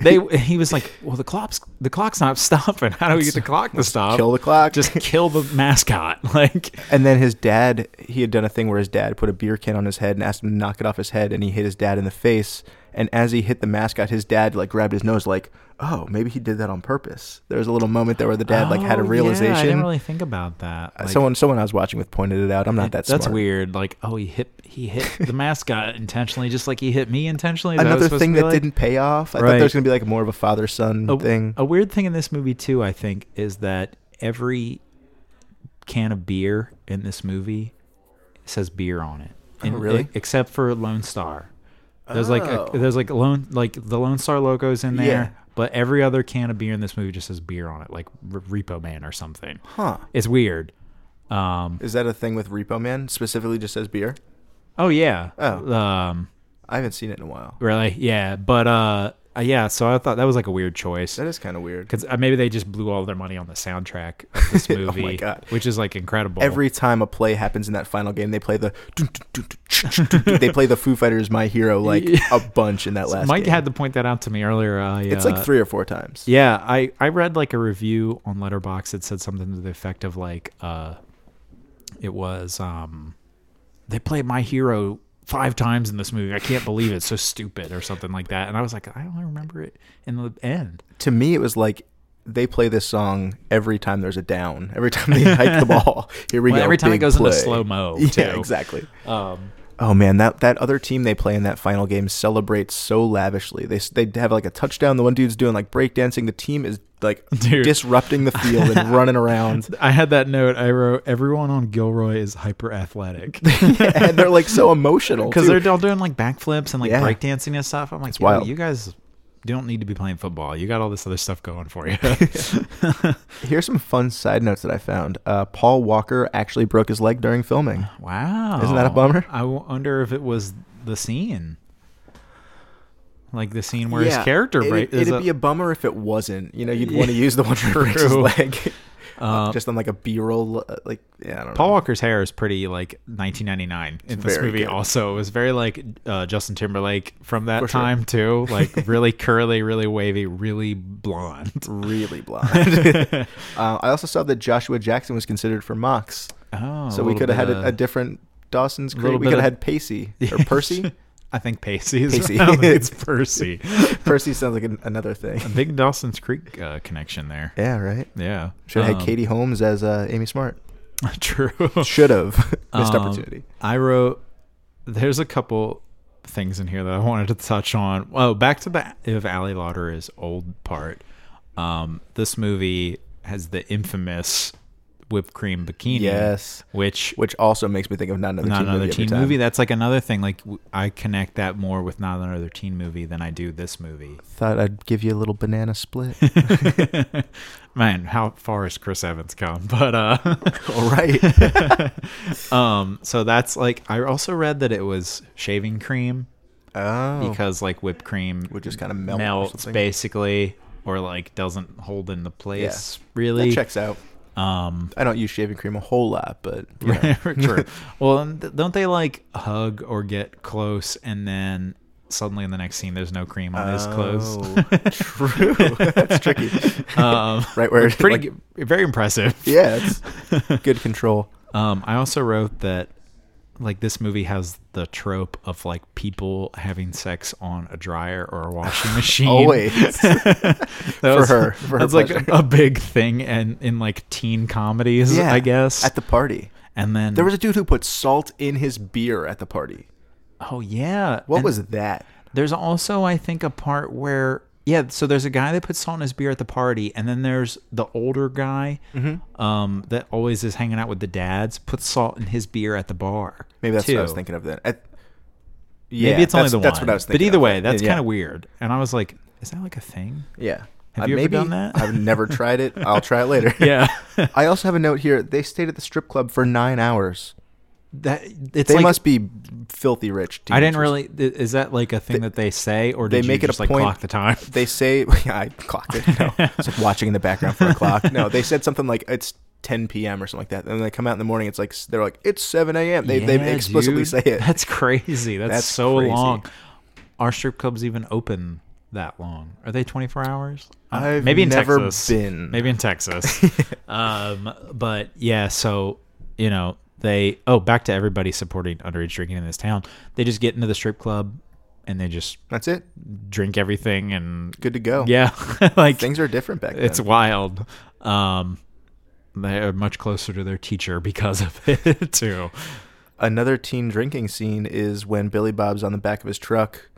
S1: they. He was like, "Well, the clock's the clock's not [laughs] stopping. How do we get the clock to stop?
S2: kill the clock.
S1: Just kill
S2: [laughs]
S1: the mascot. [laughs] Like,
S2: And then his dad, he had done a thing where his dad put a beer can on his head and asked him to knock it off his head, and he hit his dad in the face. And as he hit the mascot, his dad like grabbed his nose, like, "Oh, maybe he did that on purpose." There was a little moment there where the dad like had a
S1: Oh, yeah,
S2: realization.
S1: I didn't really think about that.
S2: Uh,
S1: Like,
S2: someone, someone I was watching with pointed it out. I'm not that.
S1: that's
S2: smart.
S1: weird. Like, oh, he hit he hit
S2: [laughs]
S1: the mascot intentionally, just like he hit me intentionally. Is that what it's
S2: Another
S1: supposed
S2: thing
S1: to be
S2: that
S1: like?
S2: didn't pay off. I thought there
S1: Right.
S2: was gonna be like more of a father son
S1: a,
S2: thing.
S1: A weird thing in this movie too, I think, is that every can of beer in this movie says beer on it. And
S2: Oh, really?
S1: e- except for Lone Star. There's like
S2: Oh.
S1: a, there's like lone like the Lone Star logo's in there,
S2: Yeah.
S1: but every other can of beer in this movie just says beer on it, like R- Repo Man or something.
S2: huh?
S1: It's weird. Um,
S2: Is that a thing with Repo Man specifically? Just says beer.
S1: oh yeah.
S2: Oh.
S1: Um,
S2: I haven't seen it in a while.
S1: really? Yeah. But uh, uh, yeah. So I thought that was like a weird choice.
S2: That is kind of weird.
S1: because uh, maybe they just blew all their money on the soundtrack
S2: [laughs]
S1: of this
S2: Oh
S1: movie,
S2: my God.
S1: which is like incredible.
S2: Every time a play happens in that final game, they play the dun- dun- dun- dun- ch- ch- dun- dun. they play the Foo Fighters "My Hero" like [laughs] a bunch in that last.
S1: Mike
S2: game.
S1: had to point that out to me earlier. I,
S2: it's
S1: uh,
S2: like three or four times.
S1: Yeah, I I read like a review on Letterbox that said something to the effect of like, uh, it was um, they played My Hero five times in this movie. I can't believe it's so stupid or something like that. And I was like, I don't remember it in the end.
S2: To me, it was like they play this song every time there's a down. Every time they [laughs] hike the ball, here we
S1: Well,
S2: go.
S1: every time it
S2: big
S1: goes into
S2: play.
S1: slow mo.
S2: [laughs] Yeah, exactly.
S1: Um,
S2: Oh man, that that other team they play in that final game celebrates so lavishly. They s- they have like a touchdown. The one dude's doing like breakdancing. The team is like
S1: [laughs] Dude.
S2: disrupting the
S1: [laughs]
S2: field and running around.
S1: I had that note. I wrote, everyone on Gilroy is hyper athletic. [laughs]
S2: and they're like so emotional
S1: because
S2: too.
S1: they're all doing like backflips and like
S2: Yeah.
S1: breakdancing and stuff. I'm like,
S2: It's
S1: "Yo,
S2: wild.
S1: you guys don't need to be playing football. You got all this other stuff going for
S2: [laughs]
S1: you. [laughs]
S2: Here's some fun side notes that I found. Uh, Paul Walker actually broke his leg during filming.
S1: wow,
S2: Isn't that a bummer?
S1: I wonder if it was the scene, like the scene where his character
S2: It'd,
S1: break.
S2: it'd
S1: is
S2: be a bummer if it wasn't. You know, you'd want to use the one who breaks his
S1: True. [laughs] Uh,
S2: leg, just on like a B-roll. uh, Like, yeah, I don't
S1: Paul
S2: know.
S1: Walker's hair is pretty like 1999 in this
S2: very
S1: movie.
S2: good.
S1: Also, it was very like uh, Justin Timberlake from that
S2: For sure.
S1: time
S2: [laughs]
S1: too. Like really curly, really wavy, really blonde. [laughs]
S2: really blind. [laughs] uh, I also saw that Joshua Jackson was considered for Mox,
S1: Oh,
S2: so we could have had a, a different Dawson's Creek.
S1: little
S2: We
S1: bit
S2: could have
S1: of-
S2: had Pacey
S1: [laughs]
S2: or Percy.
S1: I think Pacey is.
S2: Pacey.
S1: I don't
S2: [laughs]
S1: think it's Percy.
S2: Percy sounds like an,
S1: [laughs]
S2: another thing.
S1: Big Dawson's Creek uh, connection there.
S2: Yeah, right.
S1: Yeah.
S2: Should have
S1: Um,
S2: had Katie Holmes as uh, Amy Smart.
S1: [laughs]
S2: [laughs]
S1: True.
S2: Should have [laughs] missed
S1: Um,
S2: opportunity.
S1: I wrote. There's a couple things in here that I [laughs] wanted to touch on. Oh, back to the if Ali Lauder is old part. Um, this movie has the infamous whipped cream bikini.
S2: Yes.
S1: Which
S2: which also makes me think of not another
S1: not
S2: teen
S1: another
S2: movie. every
S1: teen
S2: time.
S1: movie. That's like another thing. Like w- I connect that more with not another teen movie than I do this movie. [laughs]
S2: Thought I'd give you a little banana split.
S1: Man, how far has Chris Evans come? [laughs] But uh,
S2: All right.
S1: um, so that's like I also read that it was shaving cream
S2: [laughs] oh,
S1: because like whipped cream
S2: would just kind of melt. or
S1: melts
S2: something.
S1: basically or like doesn't hold in the place
S2: That
S1: really.
S2: checks out.
S1: [laughs] Um,
S2: I don't use shaving cream a whole lot, but
S1: [laughs]
S2: you know.
S1: true. Well, and th- don't they like hug or get close and then suddenly in the next scene there's no cream on his [laughs] clothes?
S2: Oh, true. [laughs] That's tricky.
S1: um,
S2: Right where
S1: [laughs]
S2: it's
S1: pretty
S2: like,
S1: g- very impressive. [laughs]
S2: yeah, it's good control.
S1: Um, I also wrote that like this movie has the trope of like people having sex on a dryer or a
S2: [laughs]
S1: washing machine. [laughs]
S2: Always.
S1: That was- [laughs]
S2: her- for her
S1: that's like
S2: pleasure.
S1: a big thing and in like teen comedies,
S2: Yeah,
S1: I guess.
S2: at the party.
S1: and then
S2: There was a dude who put salt in his beer at the party.
S1: oh yeah.
S2: What
S1: And
S2: was that?
S1: there's also I think a part where yeah, so there's a guy that puts salt in his beer at the party, and then there's the older guy
S2: Mm-hmm.
S1: um, that always is hanging out with the dads, puts salt in his beer at the bar.
S2: Maybe that's what I was
S1: too.
S2: thinking of then. I-
S1: Maybe
S2: yeah,
S1: it's only
S2: that's,
S1: the one.
S2: That's what I was thinking.
S1: But either
S2: of.
S1: way, that's
S2: Yeah.
S1: kind of weird. And I was like, is that like a thing?
S2: Yeah.
S1: Have
S2: Uh,
S1: you ever
S2: maybe-
S1: done that?
S2: I've
S1: [laughs]
S2: never tried it. I'll try it later. [laughs]
S1: Yeah.
S2: I also have a note here. They stayed at the strip club for nine hours.
S1: that it's
S2: They
S1: like,
S2: must be filthy rich.
S1: I didn't
S2: teenagers.
S1: really. th- Is that like a thing that they say, or did
S2: they
S1: you
S2: make it a
S1: just like
S2: point-
S1: clock the time?
S2: They say I clocked it. No, it's like watching in the background for a clock. No, they said something like it's 10 p.m. or something like that. And then they come out in the morning. It's like they're like it's 7 a.m. [laughs] They
S1: Yeah,
S2: they explicitly
S1: dude.
S2: say it.
S1: That's crazy. That's,
S2: That's
S1: so
S2: crazy.
S1: long. Are strip clubs even open that long? Are they 24 hours? Um,
S2: I've
S1: maybe in
S2: never
S1: Texas.
S2: been.
S1: Maybe in
S2: [laughs]
S1: Texas. um, but yeah, so you know they. Oh, back to everybody supporting underage drinking in this town. They just get into the strip club and they just
S2: That's it.
S1: drink everything and
S2: Good to go.
S1: yeah, [laughs] like
S2: Things are different back then.
S1: it's wild. Um, they are much closer to their teacher because of [laughs] it too.
S2: Another teen drinking scene is when Billy Bob's on the back of his truck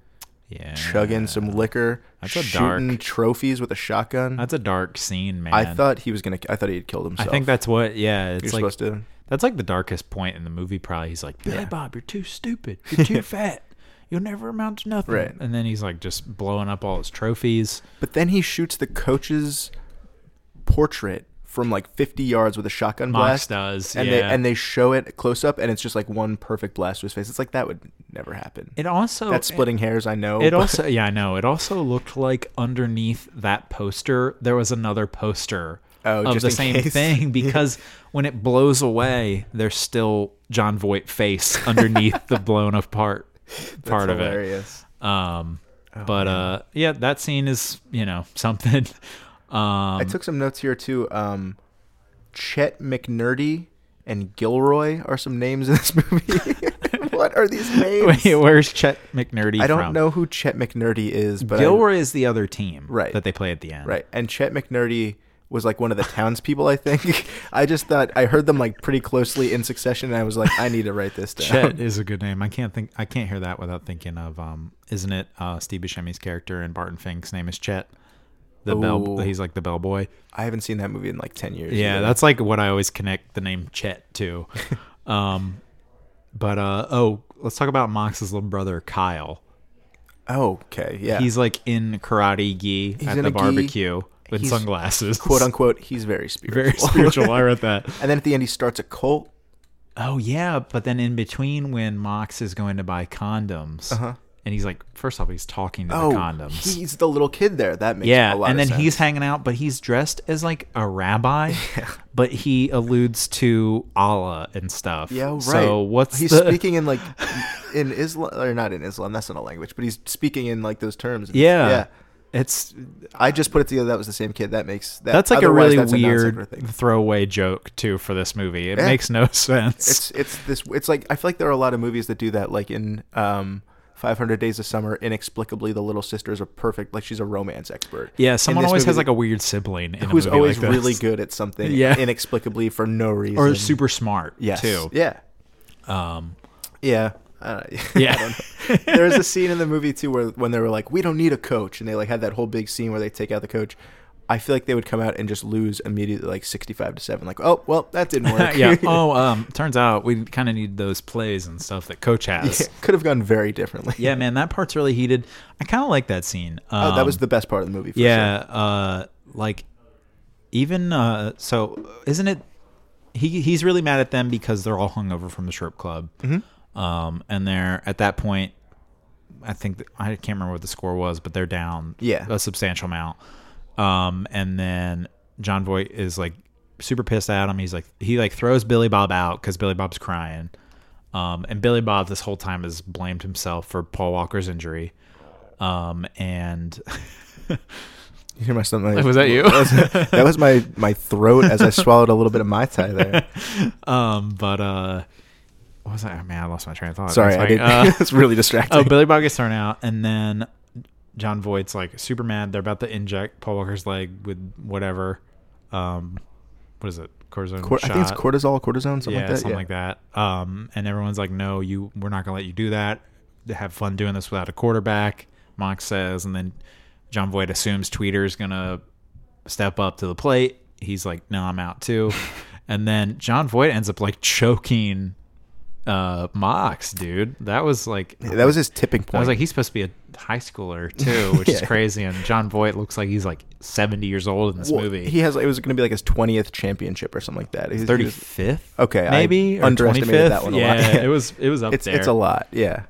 S1: Yeah,
S2: chugging some liquor,
S1: That's a
S2: shooting
S1: dark-
S2: trophies with a shotgun.
S1: That's a dark scene, man.
S2: I thought he was gonna. I thought he had killed
S1: I
S2: himself.
S1: think that's what. Yeah, it's
S2: you're
S1: like
S2: supposed to.
S1: that's like the darkest point in the movie. Probably he's like, Billy
S2: Yeah.
S1: Bob, you're too
S2: [laughs]
S1: stupid. You're too fat. You'll never amount to nothing.
S2: Right.
S1: And then he's like just blowing up all his trophies.
S2: But then he shoots the coach's portrait from like 50 yards with a shotgun
S1: Mox
S2: blast.
S1: does,
S2: and they
S1: yeah.
S2: and they show it close up, and it's just like one perfect blast to his face. It's like that would never happen.
S1: It also
S2: That's splitting hairs, I know.
S1: It
S2: Oh, but-
S1: also, yeah, I know. It also looked like underneath that poster, there was another poster
S2: Oh,
S1: of
S2: just
S1: the same
S2: in case.
S1: thing
S2: [laughs]
S1: because when it blows away, there's still John Voight face underneath the blown
S2: [laughs]
S1: apart part of
S2: hilarious. Oh,
S1: it. Um, but uh, yeah, that scene is you know [laughs] something. Um,
S2: I took some notes here too. Um, Chet McNerdy and Gilroy are some names in this movie.
S1: [laughs]
S2: [laughs] what are these names?
S1: wait, [laughs] where's Chet McNerdy?
S2: I don't
S1: from?
S2: know who Chet McNerdy is, but I-
S1: Gilroy is the other team,
S2: Right.
S1: That they play at the end,
S2: Right. And Chet McNerdy was like one of the townspeople, I think. [laughs] I just thought I heard them like pretty closely in succession, and I was like, I need to write this down. [laughs]
S1: Chet is a good name. I can't think. I can't hear that without thinking of. Um, isn't it uh, Steve Buscemi's character in Barton Fink's name is Chet? The
S2: Ooh.
S1: bell. He's like the bellboy.
S2: I haven't seen that movie in like ten years.
S1: Yeah,
S2: either.
S1: that's like what I always connect the name Chet
S2: [laughs]
S1: to. um, but uh, oh, let's talk about Mox's little brother Kyle.
S2: oh, okay. Yeah.
S1: He's like in karate gi at
S2: in a
S1: the
S2: gi.
S1: barbecue with
S2: He's
S1: sunglasses,
S2: quote unquote, he's very
S1: [laughs] Very [laughs]
S2: spiritual. [laughs]
S1: spiritual. I wrote that.
S2: and then at the end he starts a cult.
S1: Oh yeah, but then in between when Mox is going to buy condoms, and he's like, first off, he's talking to
S2: Uh-huh. Oh
S1: the condoms.
S2: he's the little kid there. That makes
S1: yeah,
S2: a lot
S1: and
S2: of
S1: then he's
S2: sense.
S1: hanging out, but he's dressed as like a
S2: [laughs]
S1: rabbi, but he alludes to Allah and stuff.
S2: Yeah, right.
S1: So what's
S2: he's
S1: the- [laughs]
S2: speaking in like in Islam or not in Islam, that's not a language, but he's speaking in like those terms.
S1: Yeah, it's
S2: I just put it together that was the same kid. That makes that,
S1: that's like a
S2: otherwise
S1: really
S2: that's non sequitur
S1: weird
S2: thing.
S1: throwaway joke too for this movie. It
S2: Yeah.
S1: makes no sense.
S2: it's it's this it's like I feel like there are a lot of movies that do that like in um 500 Days of Summer inexplicably the little sister is a perfect like she's a romance expert.
S1: yeah,
S2: In
S1: someone
S2: this
S1: always has
S2: movie,
S1: like a weird sibling in a
S2: who's
S1: movie
S2: always
S1: like this.
S2: really good at
S1: [laughs]
S2: something
S1: Yeah.
S2: inexplicably for no reason.
S1: or super smart
S2: yes. [laughs]
S1: too.
S2: Yeah.
S1: Um,
S2: Yeah. I don't- [laughs]
S1: Yeah.
S2: I
S1: [laughs]
S2: don't know. [laughs] There's a scene in the movie too where when they were like, "We don't need a coach," and they like had that whole big scene where they take out the coach. I feel like they would come out and just lose immediately, like 65 to seven. Like, oh well,
S1: [laughs]
S2: that didn't work. [laughs]
S1: yeah. Oh, um, turns out we kind of need those plays and stuff that Coach has. Yeah.
S2: could have gone very differently.
S1: man, that part's really heated. I kind of like that scene. Um,
S2: Oh, that was the best part of the movie. For sure.
S1: yeah. Uh, like even uh, so, isn't it? He he's really mad at them because they're all hungover from the strip club.
S2: Mm-hmm.
S1: Um, and they're at that point. I think th- I can't remember what the score was, but they're down.
S2: Yeah.
S1: a substantial amount. Um, and then John Voight is like super pissed at him. He's like he like throws Billy Bob out because Billy Bob's crying. Um, and Billy Bob this whole time has blamed himself for Paul Walker's injury. Um, and [laughs]
S2: You hear my stomach? like-
S1: Was that you?
S2: That was, that was my my throat as I swallowed a little bit of my
S1: [laughs]
S2: tie there.
S1: um, but uh, what was I? Oh, man, I lost my train of thought.
S2: Sorry,
S1: That's
S2: I
S1: fine.
S2: did.
S1: Uh,
S2: [laughs] not it's really distracting.
S1: oh, Billy Bob gets thrown out, and then John Voight's like super mad. They're about to inject Paul Walker's leg with whatever. Um, what is it? Cortisone.
S2: Cor- I think it's
S1: shot.
S2: cortisol, cortisone, something
S1: yeah,
S2: like that.
S1: something
S2: yeah.
S1: like that. Um, and everyone's like, "No, you, we're not gonna let you do that. Have fun doing this without a quarterback." Mox says, and then John Voight assumes Tweeter's gonna step up to the plate. He's like, "No, I'm out
S2: [laughs]
S1: too." and then John Voight ends up like choking uh Mox, dude. That was like
S2: That was his tipping point.
S1: I was like, he's supposed to be a high
S2: [laughs]
S1: schooler too, which is
S2: Yeah.
S1: crazy. And John Voight looks like he's like 70 years old in this
S2: Well,
S1: movie.
S2: He has. It was going to be like his twentieth championship or something like that. He's- he was-
S1: 35th,
S2: Okay, I
S1: maybe or
S2: underestimated
S1: 25th?
S2: that one a
S1: yeah,
S2: lot. [laughs]
S1: it was it was up
S2: it's
S1: there.
S2: it's a lot. Yeah.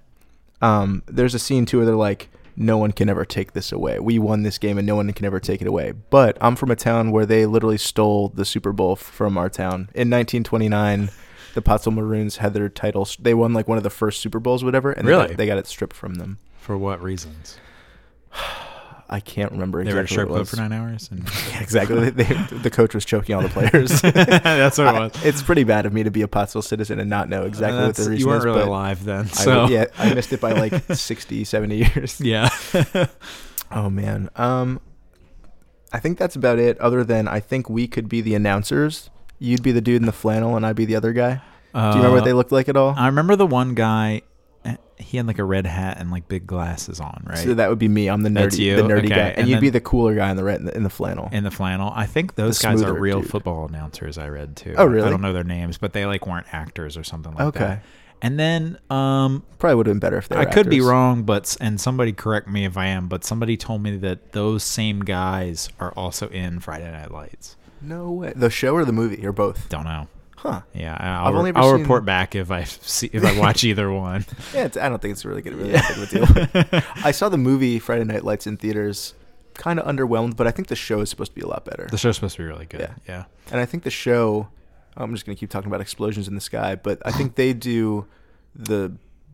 S2: Um. There's a scene too where they're like, "No one can ever take this away. We won this game, and no one can ever take it away." But I'm from a town where they literally stole the Super Bowl from our town in 1929. The Potsdam Maroons had their title. They won like one of the first Super Bowls, whatever, and they,
S1: Really?
S2: got, they got it stripped from them.
S1: For what reasons?
S2: I can't remember
S1: They
S2: exactly.
S1: were at a strip
S2: what it
S1: club
S2: was.
S1: for nine hours, and
S2: Yeah, [laughs]
S1: [laughs]
S2: exactly. They, they, the coach was choking all the players.
S1: that's what it
S2: I-
S1: was. Uh,
S2: it's pretty bad of me to be a Pottsville citizen and not know [laughs] exactly what the
S1: That's-
S2: reason
S1: you weren't
S2: is.
S1: really
S2: but
S1: alive then,
S2: I,
S1: so
S2: yeah, I missed it by like [laughs] 60, 70
S1: [laughs]
S2: years. [laughs]
S1: yeah.
S2: Oh man. Um, I think that's about it. Other than I think we could be the announcers. You'd be the dude in the flannel, and I'd be the other guy. Do you
S1: Uh,
S2: remember what they looked like at all?
S1: I remember the one guy. eh, He had like a red hat and like big glasses on, right?
S2: So that would be me. I'm the
S1: That's
S2: nerdy,
S1: you?
S2: the nerdy
S1: Okay,
S2: guy, and,
S1: and
S2: you'd be
S1: then-
S2: the cooler guy in the red in the, in the flannel.
S1: in the flannel. I think those
S2: The
S1: guys are
S2: smoother
S1: real
S2: dude.
S1: football announcers. I read too.
S2: Oh, really?
S1: I don't know their names, but they like weren't actors or something like that.
S2: Okay.
S1: And then um,
S2: Probably would have been better if they. Were
S1: I could be
S2: actors.
S1: wrong, but s- and somebody correct me if I am, but somebody told me that those same guys are also in Friday Night Lights.
S2: No way. The show or the movie or both?
S1: Don't know.
S2: Huh.
S1: Yeah, I- I'll,
S2: I've only ever
S1: I'll
S2: seen-
S1: report back if I [laughs] see if I watch either
S2: [laughs]
S1: one.
S2: Yeah, it's, I don't think it's really going to really that big of a
S1: [laughs]
S2: deal. I saw the movie Friday Night Lights in theaters, kind of underwhelmed, but I think the show is supposed to be a lot better.
S1: The show's supposed to be really good.
S2: Yeah.
S1: Yeah.
S2: and I think the show, oh, I'm just going to keep talking about explosions in the sky, but I think they do the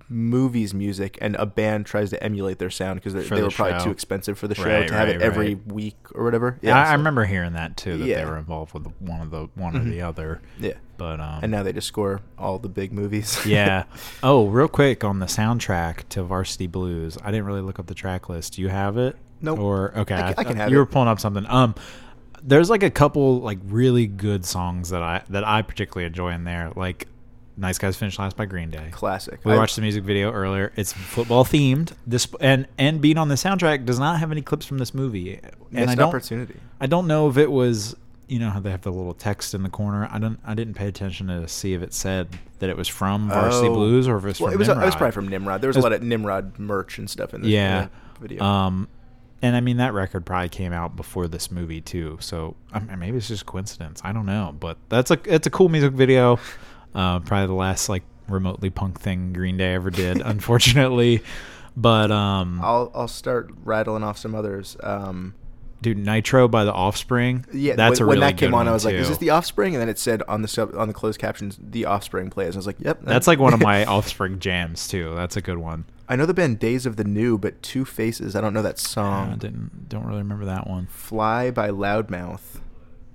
S2: movie's music, and a band tries to emulate their sound because
S1: For
S2: they
S1: the
S2: were probably
S1: show.
S2: too expensive for the show
S1: Right,
S2: to have it
S1: right,
S2: every
S1: right.
S2: week or whatever.
S1: I, I
S2: so-
S1: remember hearing that too that
S2: Yeah. Mm-hmm.
S1: they were involved with one of the one or the other.
S2: Yeah,
S1: But um,
S2: and now they just score all the big movies. [laughs]
S1: yeah. Oh, real quick on the soundtrack to Varsity Blues. I didn't really look up the track list. Do you have it?
S2: Nope.
S1: Or okay,
S2: I ca- I can have
S1: you
S2: it.
S1: were pulling up something. Um, there's like a couple like really good songs that I that I particularly enjoy in there. Like Nice Guys Finish Last by Green Day.
S2: classic.
S1: We
S2: I-
S1: watched the music video earlier. It's football themed. This and and being on the soundtrack does not have any clips from this movie. And
S2: missed
S1: I don't
S2: opportunity.
S1: I don't know if it was you know how they have the little text in the corner. I don't I didn't pay attention to see if it said that it was from Varsity
S2: Oh.
S1: Blues or if it was
S2: well,
S1: from
S2: it was,
S1: Nimrod.
S2: it was probably from Nimrod. There was a
S1: It was-
S2: lot of Nimrod merch and stuff in this
S1: yeah.
S2: video.
S1: Um, and I mean that record probably came out before this movie too. So I mean, maybe it's just coincidence. I don't know, but that's a it's a cool music video. Uh, probably the last like remotely punk thing Green Day ever
S2: [laughs]
S1: did, unfortunately. But um,
S2: I'll I'll start rattling off some others. Um,
S1: dude, Nitro by the Offspring.
S2: yeah,
S1: that's
S2: when,
S1: a really
S2: when that came
S1: good
S2: on, I
S1: one,
S2: was like, "Is
S1: too.
S2: this the Offspring?" And then it said on the sub on the closed captions, "The Offspring plays." And I was like, "Yep."
S1: That's like one of
S2: [laughs]
S1: my Offspring jams too. That's a good one.
S2: I know the band Days of the New, but Two Faces. I don't know
S1: I
S2: that song.
S1: didn't don't really remember that one.
S2: Fly by Loudmouth.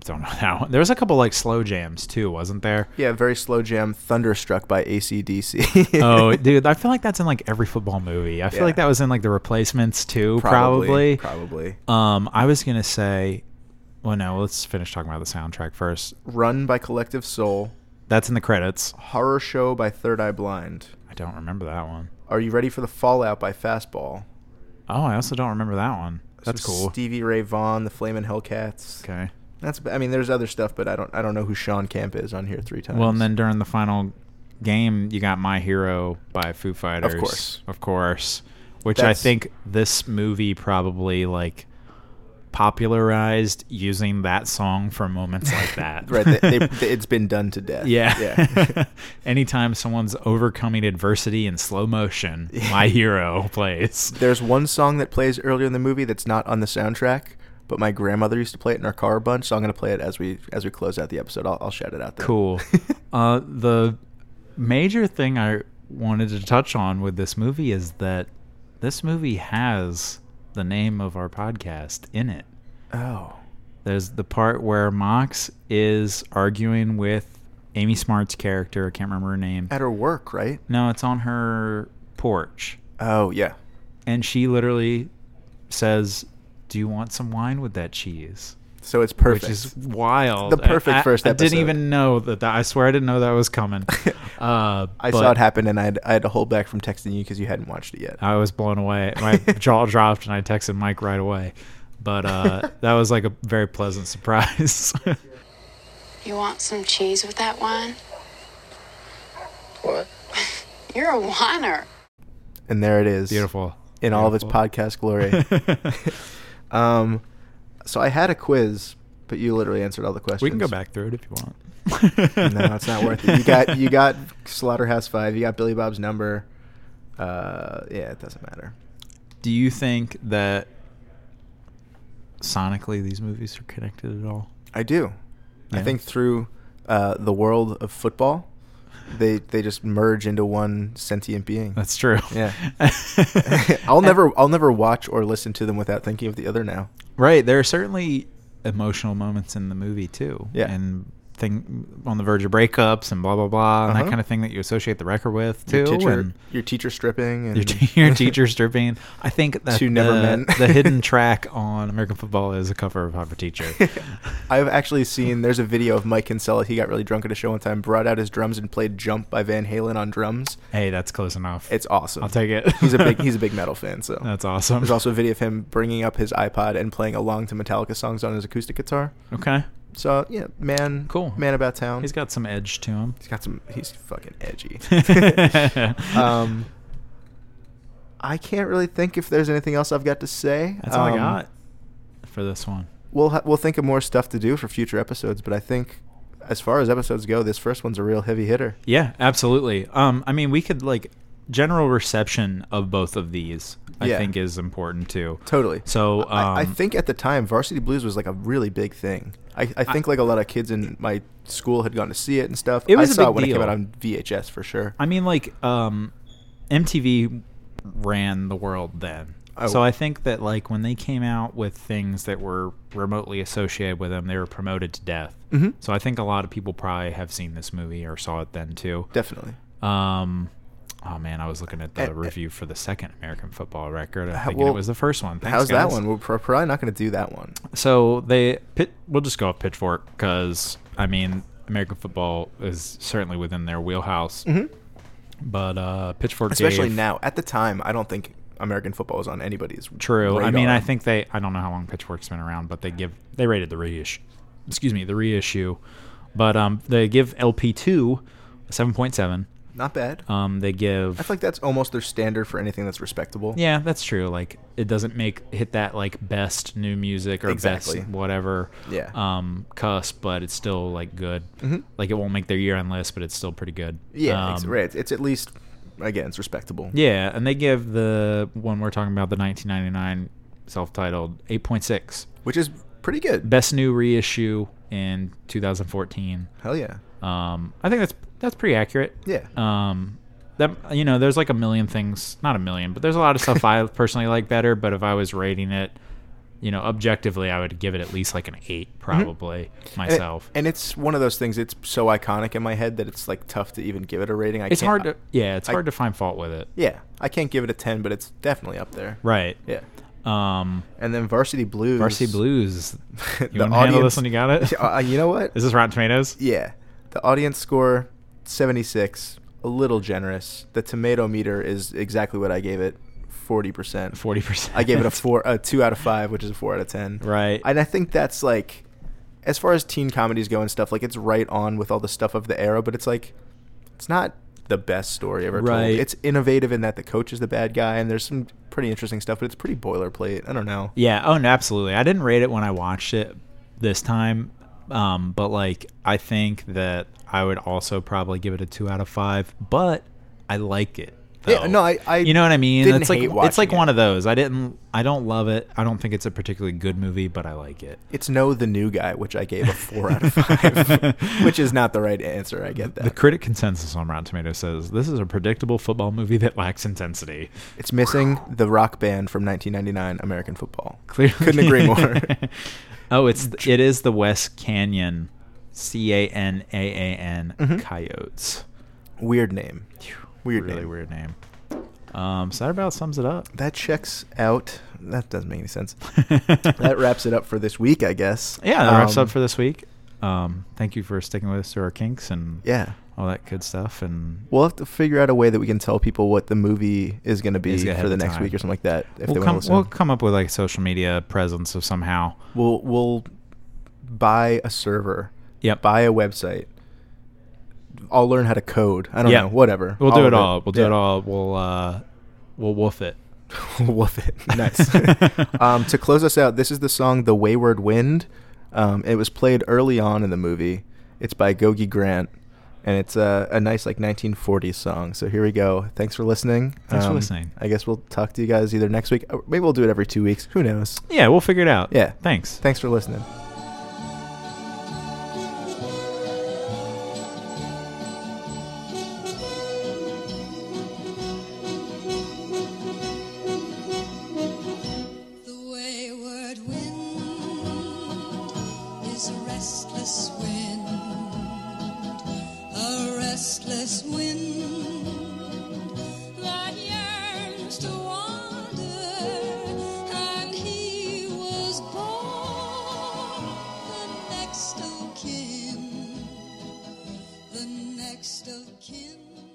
S1: Don't know [laughs] that one. There was a couple like slow jams too, wasn't there?
S2: Yeah, very slow jam. Thunderstruck by ACDC.
S1: [laughs] oh, dude, I feel like that's in like every football movie. I feel
S2: Yeah.
S1: like that was in like the replacements too, probably.
S2: [laughs] probably.
S1: Um, I was gonna say, well, no, let's finish talking about the soundtrack first.
S2: Run by Collective Soul.
S1: That's in the credits.
S2: Horror Show by Third Eye Blind.
S1: I don't remember that one.
S2: Are you ready for the Fallout by Fastball?
S1: Oh, I also don't remember that one. That's
S2: So
S1: cool.
S2: Stevie Ray Vaughan, the Flamin' Hellcats.
S1: Okay.
S2: That's. I mean, there's other stuff, but I don't. I don't know who Sean Camp is on here three times.
S1: Well, and then during the final game, you got My Hero by Foo Fighters.
S2: course.
S1: Of course. Which I
S2: That's-
S1: think this movie probably like popularized using that song for moments
S2: [laughs]
S1: like that.
S2: [laughs] right, they,
S1: [laughs]
S2: they, they- it's been done to death.
S1: yeah.
S2: yeah.
S1: [laughs] Anytime someone's overcoming adversity in slow
S2: [laughs]
S1: motion, My Hero plays.
S2: there's one song that plays earlier in the movie that's not on the soundtrack, but my grandmother used to play it in our car a bunch, so I'm gonna play it as we as we close out the episode. I'll, I'll shout it out. There.
S1: Cool. uh, the major thing I wanted to touch on with this movie is that this movie has the name of our podcast in it.
S2: [laughs] Oh,
S1: There's the part where Mox is arguing with Amy Smart's character. I can't remember her name.
S2: at her work, right?
S1: No, it's on her porch.
S2: Oh yeah.
S1: And she literally says, Do you want some wine with that cheese?
S2: So it's perfect.
S1: which is wild.
S2: The perfect
S1: I- I-
S2: first
S1: I didn't
S2: episode.
S1: even know that, that- I swear I didn't know that was
S2: [laughs]
S1: coming. Uh,
S2: I
S1: but Ah.
S2: saw it happen, and I had, I had to hold back from texting you because you hadn't watched it yet.
S1: I was blown away.
S2: [laughs]
S1: My jaw dropped, and I texted Mike right away. But uh, that was like a very pleasant surprise. [laughs]
S4: You want some cheese with that wine?
S3: What?
S4: [laughs] You're a whiner.
S2: and there it is,
S1: Beautiful.
S2: in all of its
S1: Beautiful. [laughs]
S2: podcast glory. um, so I had a quiz, but you literally answered all the questions.
S1: we can go back through it if you want.
S2: [laughs] no, it's not worth it. You got you got Slaughterhouse Five. You got Billy Bob's number. Uh, yeah, it doesn't matter.
S1: Do you think that sonically these movies are connected at all?
S2: I do. I
S1: Yeah.
S2: think through uh, the world of football, they they just merge into one sentient being. [laughs]
S1: That's true.
S2: Yeah.
S1: [laughs]
S2: I'll never I'll never watch or listen to them without thinking of the other now.
S1: Right. There are certainly emotional moments in the movie too.
S2: Yeah.
S1: And thing on the verge of breakups and blah blah blah and that
S2: Uh-huh.
S1: kind of thing that you associate the record with too.
S2: Your teacher,
S1: and
S2: your teacher stripping and
S1: your,
S2: [laughs]
S1: te- [laughs] your teacher stripping. I think that
S2: Two never
S1: the,
S2: men.
S1: the
S2: [laughs]
S1: hidden track on American football is a cover of Hyper Teacher.
S2: I've actually seen there's a video of Mike Kinsella. He got really drunk at a show one time, brought out his drums and played "Jump" by Van Halen on drums.
S1: hey, that's close enough.
S2: It's awesome.
S1: I'll take it.
S2: [laughs] he's a big he's
S1: [laughs]
S2: a big metal fan. So
S1: that's awesome.
S2: there's also a video of him bringing up his iPod and playing along to Metallica songs on his acoustic guitar.
S1: Okay.
S2: So yeah, man,
S1: Cool.
S2: man about town.
S1: He's got some edge to him.
S2: he's got some. He's fucking
S1: [laughs]
S2: edgy. [laughs] um, I can't really think if there's anything else I've got to say.
S1: That's all I
S2: Um,
S1: got for this one.
S2: We'll ha- we'll think of more stuff to do for future episodes, but I think as far as episodes go, this first one's a real heavy hitter.
S1: Yeah, absolutely. Um, I mean, we could like general reception of both of these. I
S2: Yeah.
S1: think is important too.
S2: Totally.
S1: So um,
S2: I, I think at the time, Varsity Blues was like a really big thing. I, I think like a lot of kids in my school had gone to see it and stuff.
S1: It was
S2: I
S1: a
S2: saw
S1: big
S2: it when it
S1: deal.
S2: came out on VHS for sure.
S1: I mean, like um, MTV ran the world then.
S2: Oh.
S1: So I think that like when they came out with things that were remotely associated with them, they were promoted to death.
S2: Mhm.
S1: So I think a lot of people probably have seen this movie or saw it then too.
S2: Definitely.
S1: Um, oh man, I was looking at the
S2: And-
S1: review for the second American football record. I'm
S2: Eh, How-
S1: thinking
S2: well,
S1: it was the first one. Thanks,
S2: How's that
S1: guys.
S2: one? We're pro- probably not going to do that one.
S1: So they pit. We'll just go off Pitchfork because I mean American football is certainly within their wheelhouse. But uh, Pitchfork,
S2: Mm-hmm. Especially
S1: gave-
S2: now. At the time, I don't think American football was on anybody's
S1: True. I mean,
S2: radar.
S1: I think they. I don't know how long Pitchfork's been around, but they give they rated the reissue. Excuse me, the reissue. But um, they give LP two a seven point seven.
S2: not bad.
S1: Um, they give.
S2: I feel like that's almost their standard for anything that's respectable.
S1: Yeah, that's true. Like it doesn't make hit that like best new music or
S2: Exactly.
S1: best whatever
S2: Yeah. Mm-hmm.
S1: um cusp, but it's still like good. Like it won't make their year end list, but it's still pretty good.
S2: Yeah,
S1: Um,
S2: it's, right. It's, it's at least again, it's respectable.
S1: Yeah, and they give the one we're talking about the 1999 self-titled 8.6
S2: which is pretty good.
S1: best new reissue in 2014.
S2: Hell yeah.
S1: Um, I think that's that's pretty accurate.
S2: Yeah.
S1: Um, that you know, there's like a million things, not a million, but there's a lot of stuff
S2: [laughs]
S1: I personally like better. But if I was rating it, you know, objectively, I would give it at least like an eight, probably
S2: Mm-hmm. And it-
S1: myself.
S2: And, it's one of those things. It's so iconic in my head that it's like tough to even give it a rating. I
S1: it's
S2: can't,
S1: hard to, yeah, it's
S2: I-
S1: hard to find fault with it.
S2: yeah, I can't give it a ten, but it's definitely up there.
S1: Right.
S2: Yeah.
S1: Um,
S2: And then Varsity Blues.
S1: Varsity Blues. You
S2: [laughs] the
S1: want to handle this when you got
S2: [laughs]
S1: it? Is
S2: Uh, you know what?
S1: this Rotten Tomatoes?
S2: yeah. The audience score, seventy six. A little generous. The tomato meter is exactly what I gave it, forty percent.
S1: Forty percent.
S2: I
S1: [laughs]
S2: gave it a four, a two out of five, which is a four out of ten.
S1: Right.
S2: and I think that's like, as far as teen comedies go and stuff, like it's right on with all the stuff of the era, but it's like, it's not the best story ever
S1: Right.
S2: told. It's innovative in that the coach is the bad guy, and there's some pretty interesting stuff, but it's pretty boilerplate. I don't know.
S1: Yeah. Oh, no, absolutely. I didn't rate it when I watched it this time, um, but like I think that I would also probably give it a two out of five. But I like it.
S2: Yeah,
S1: though.
S2: no, I- I
S1: you know what I mean.
S2: didn't
S1: it's like
S2: hate
S1: it's like
S2: watching
S1: one
S2: it.
S1: of those. I didn't. I don't love it. I don't think it's a particularly good movie, but I like it.
S2: It's no the new guy, which I gave a four out of five, [laughs] which is not the right answer. I get
S1: The
S2: that.
S1: critic consensus on Rotten Tomatoes says this is a predictable football movie that lacks intensity.
S2: It's missing the rock band from 1999, American Football.
S1: [laughs] Clearly.
S2: Couldn't agree more.
S1: [laughs] oh, it's th- it is the West Canyon, C A N A
S2: Mm-hmm.
S1: A N Coyotes.
S2: Weird name. Weird
S1: really
S2: name.
S1: weird name. Um, so that about sums it up.
S2: That checks out. That doesn't make
S1: [laughs]
S2: any sense. [laughs] that wraps it up for this week, I guess.
S1: Yeah, that wraps
S2: Um,
S1: up for this week. Um, thank you for sticking with us through our kinks and
S2: Yeah.
S1: all that good stuff. And
S2: We'll have to figure out a way that we can tell people what the movie is going to be
S1: Is ahead
S2: for
S1: of
S2: the next
S1: time.
S2: week or something like that. If they
S1: we'll come,
S2: want to
S1: we'll
S2: listen,
S1: come up with like social media presence of somehow.
S2: we'll, we'll buy a server,
S1: Yep.
S2: buy a website. I'll learn how to code. I don't
S1: Yeah.
S2: know. Whatever.
S1: We'll do
S2: of
S1: it all. We'll do
S2: Yeah.
S1: it
S2: [laughs]
S1: all. We'll uh, we'll woof it.
S2: Woof
S1: [laughs]
S2: it. Nice. [laughs] um, to close us out, this is the song "The Wayward Wind." Um, it was played early on in the movie. It's by Gogi Grant, and it's a, a nice like 1940s song. So here we go. Thanks for listening. Um,
S1: Thanks for listening.
S2: I guess we'll talk to you guys either next week. Or maybe we'll do it every two weeks. Who knows?
S1: Yeah, we'll figure it out.
S2: Yeah.
S1: Thanks.
S2: Thanks for listening.
S5: The wayward wind is a restless wind, a restless wind that yearns to wander, and he was born the next of kin, the next of kin.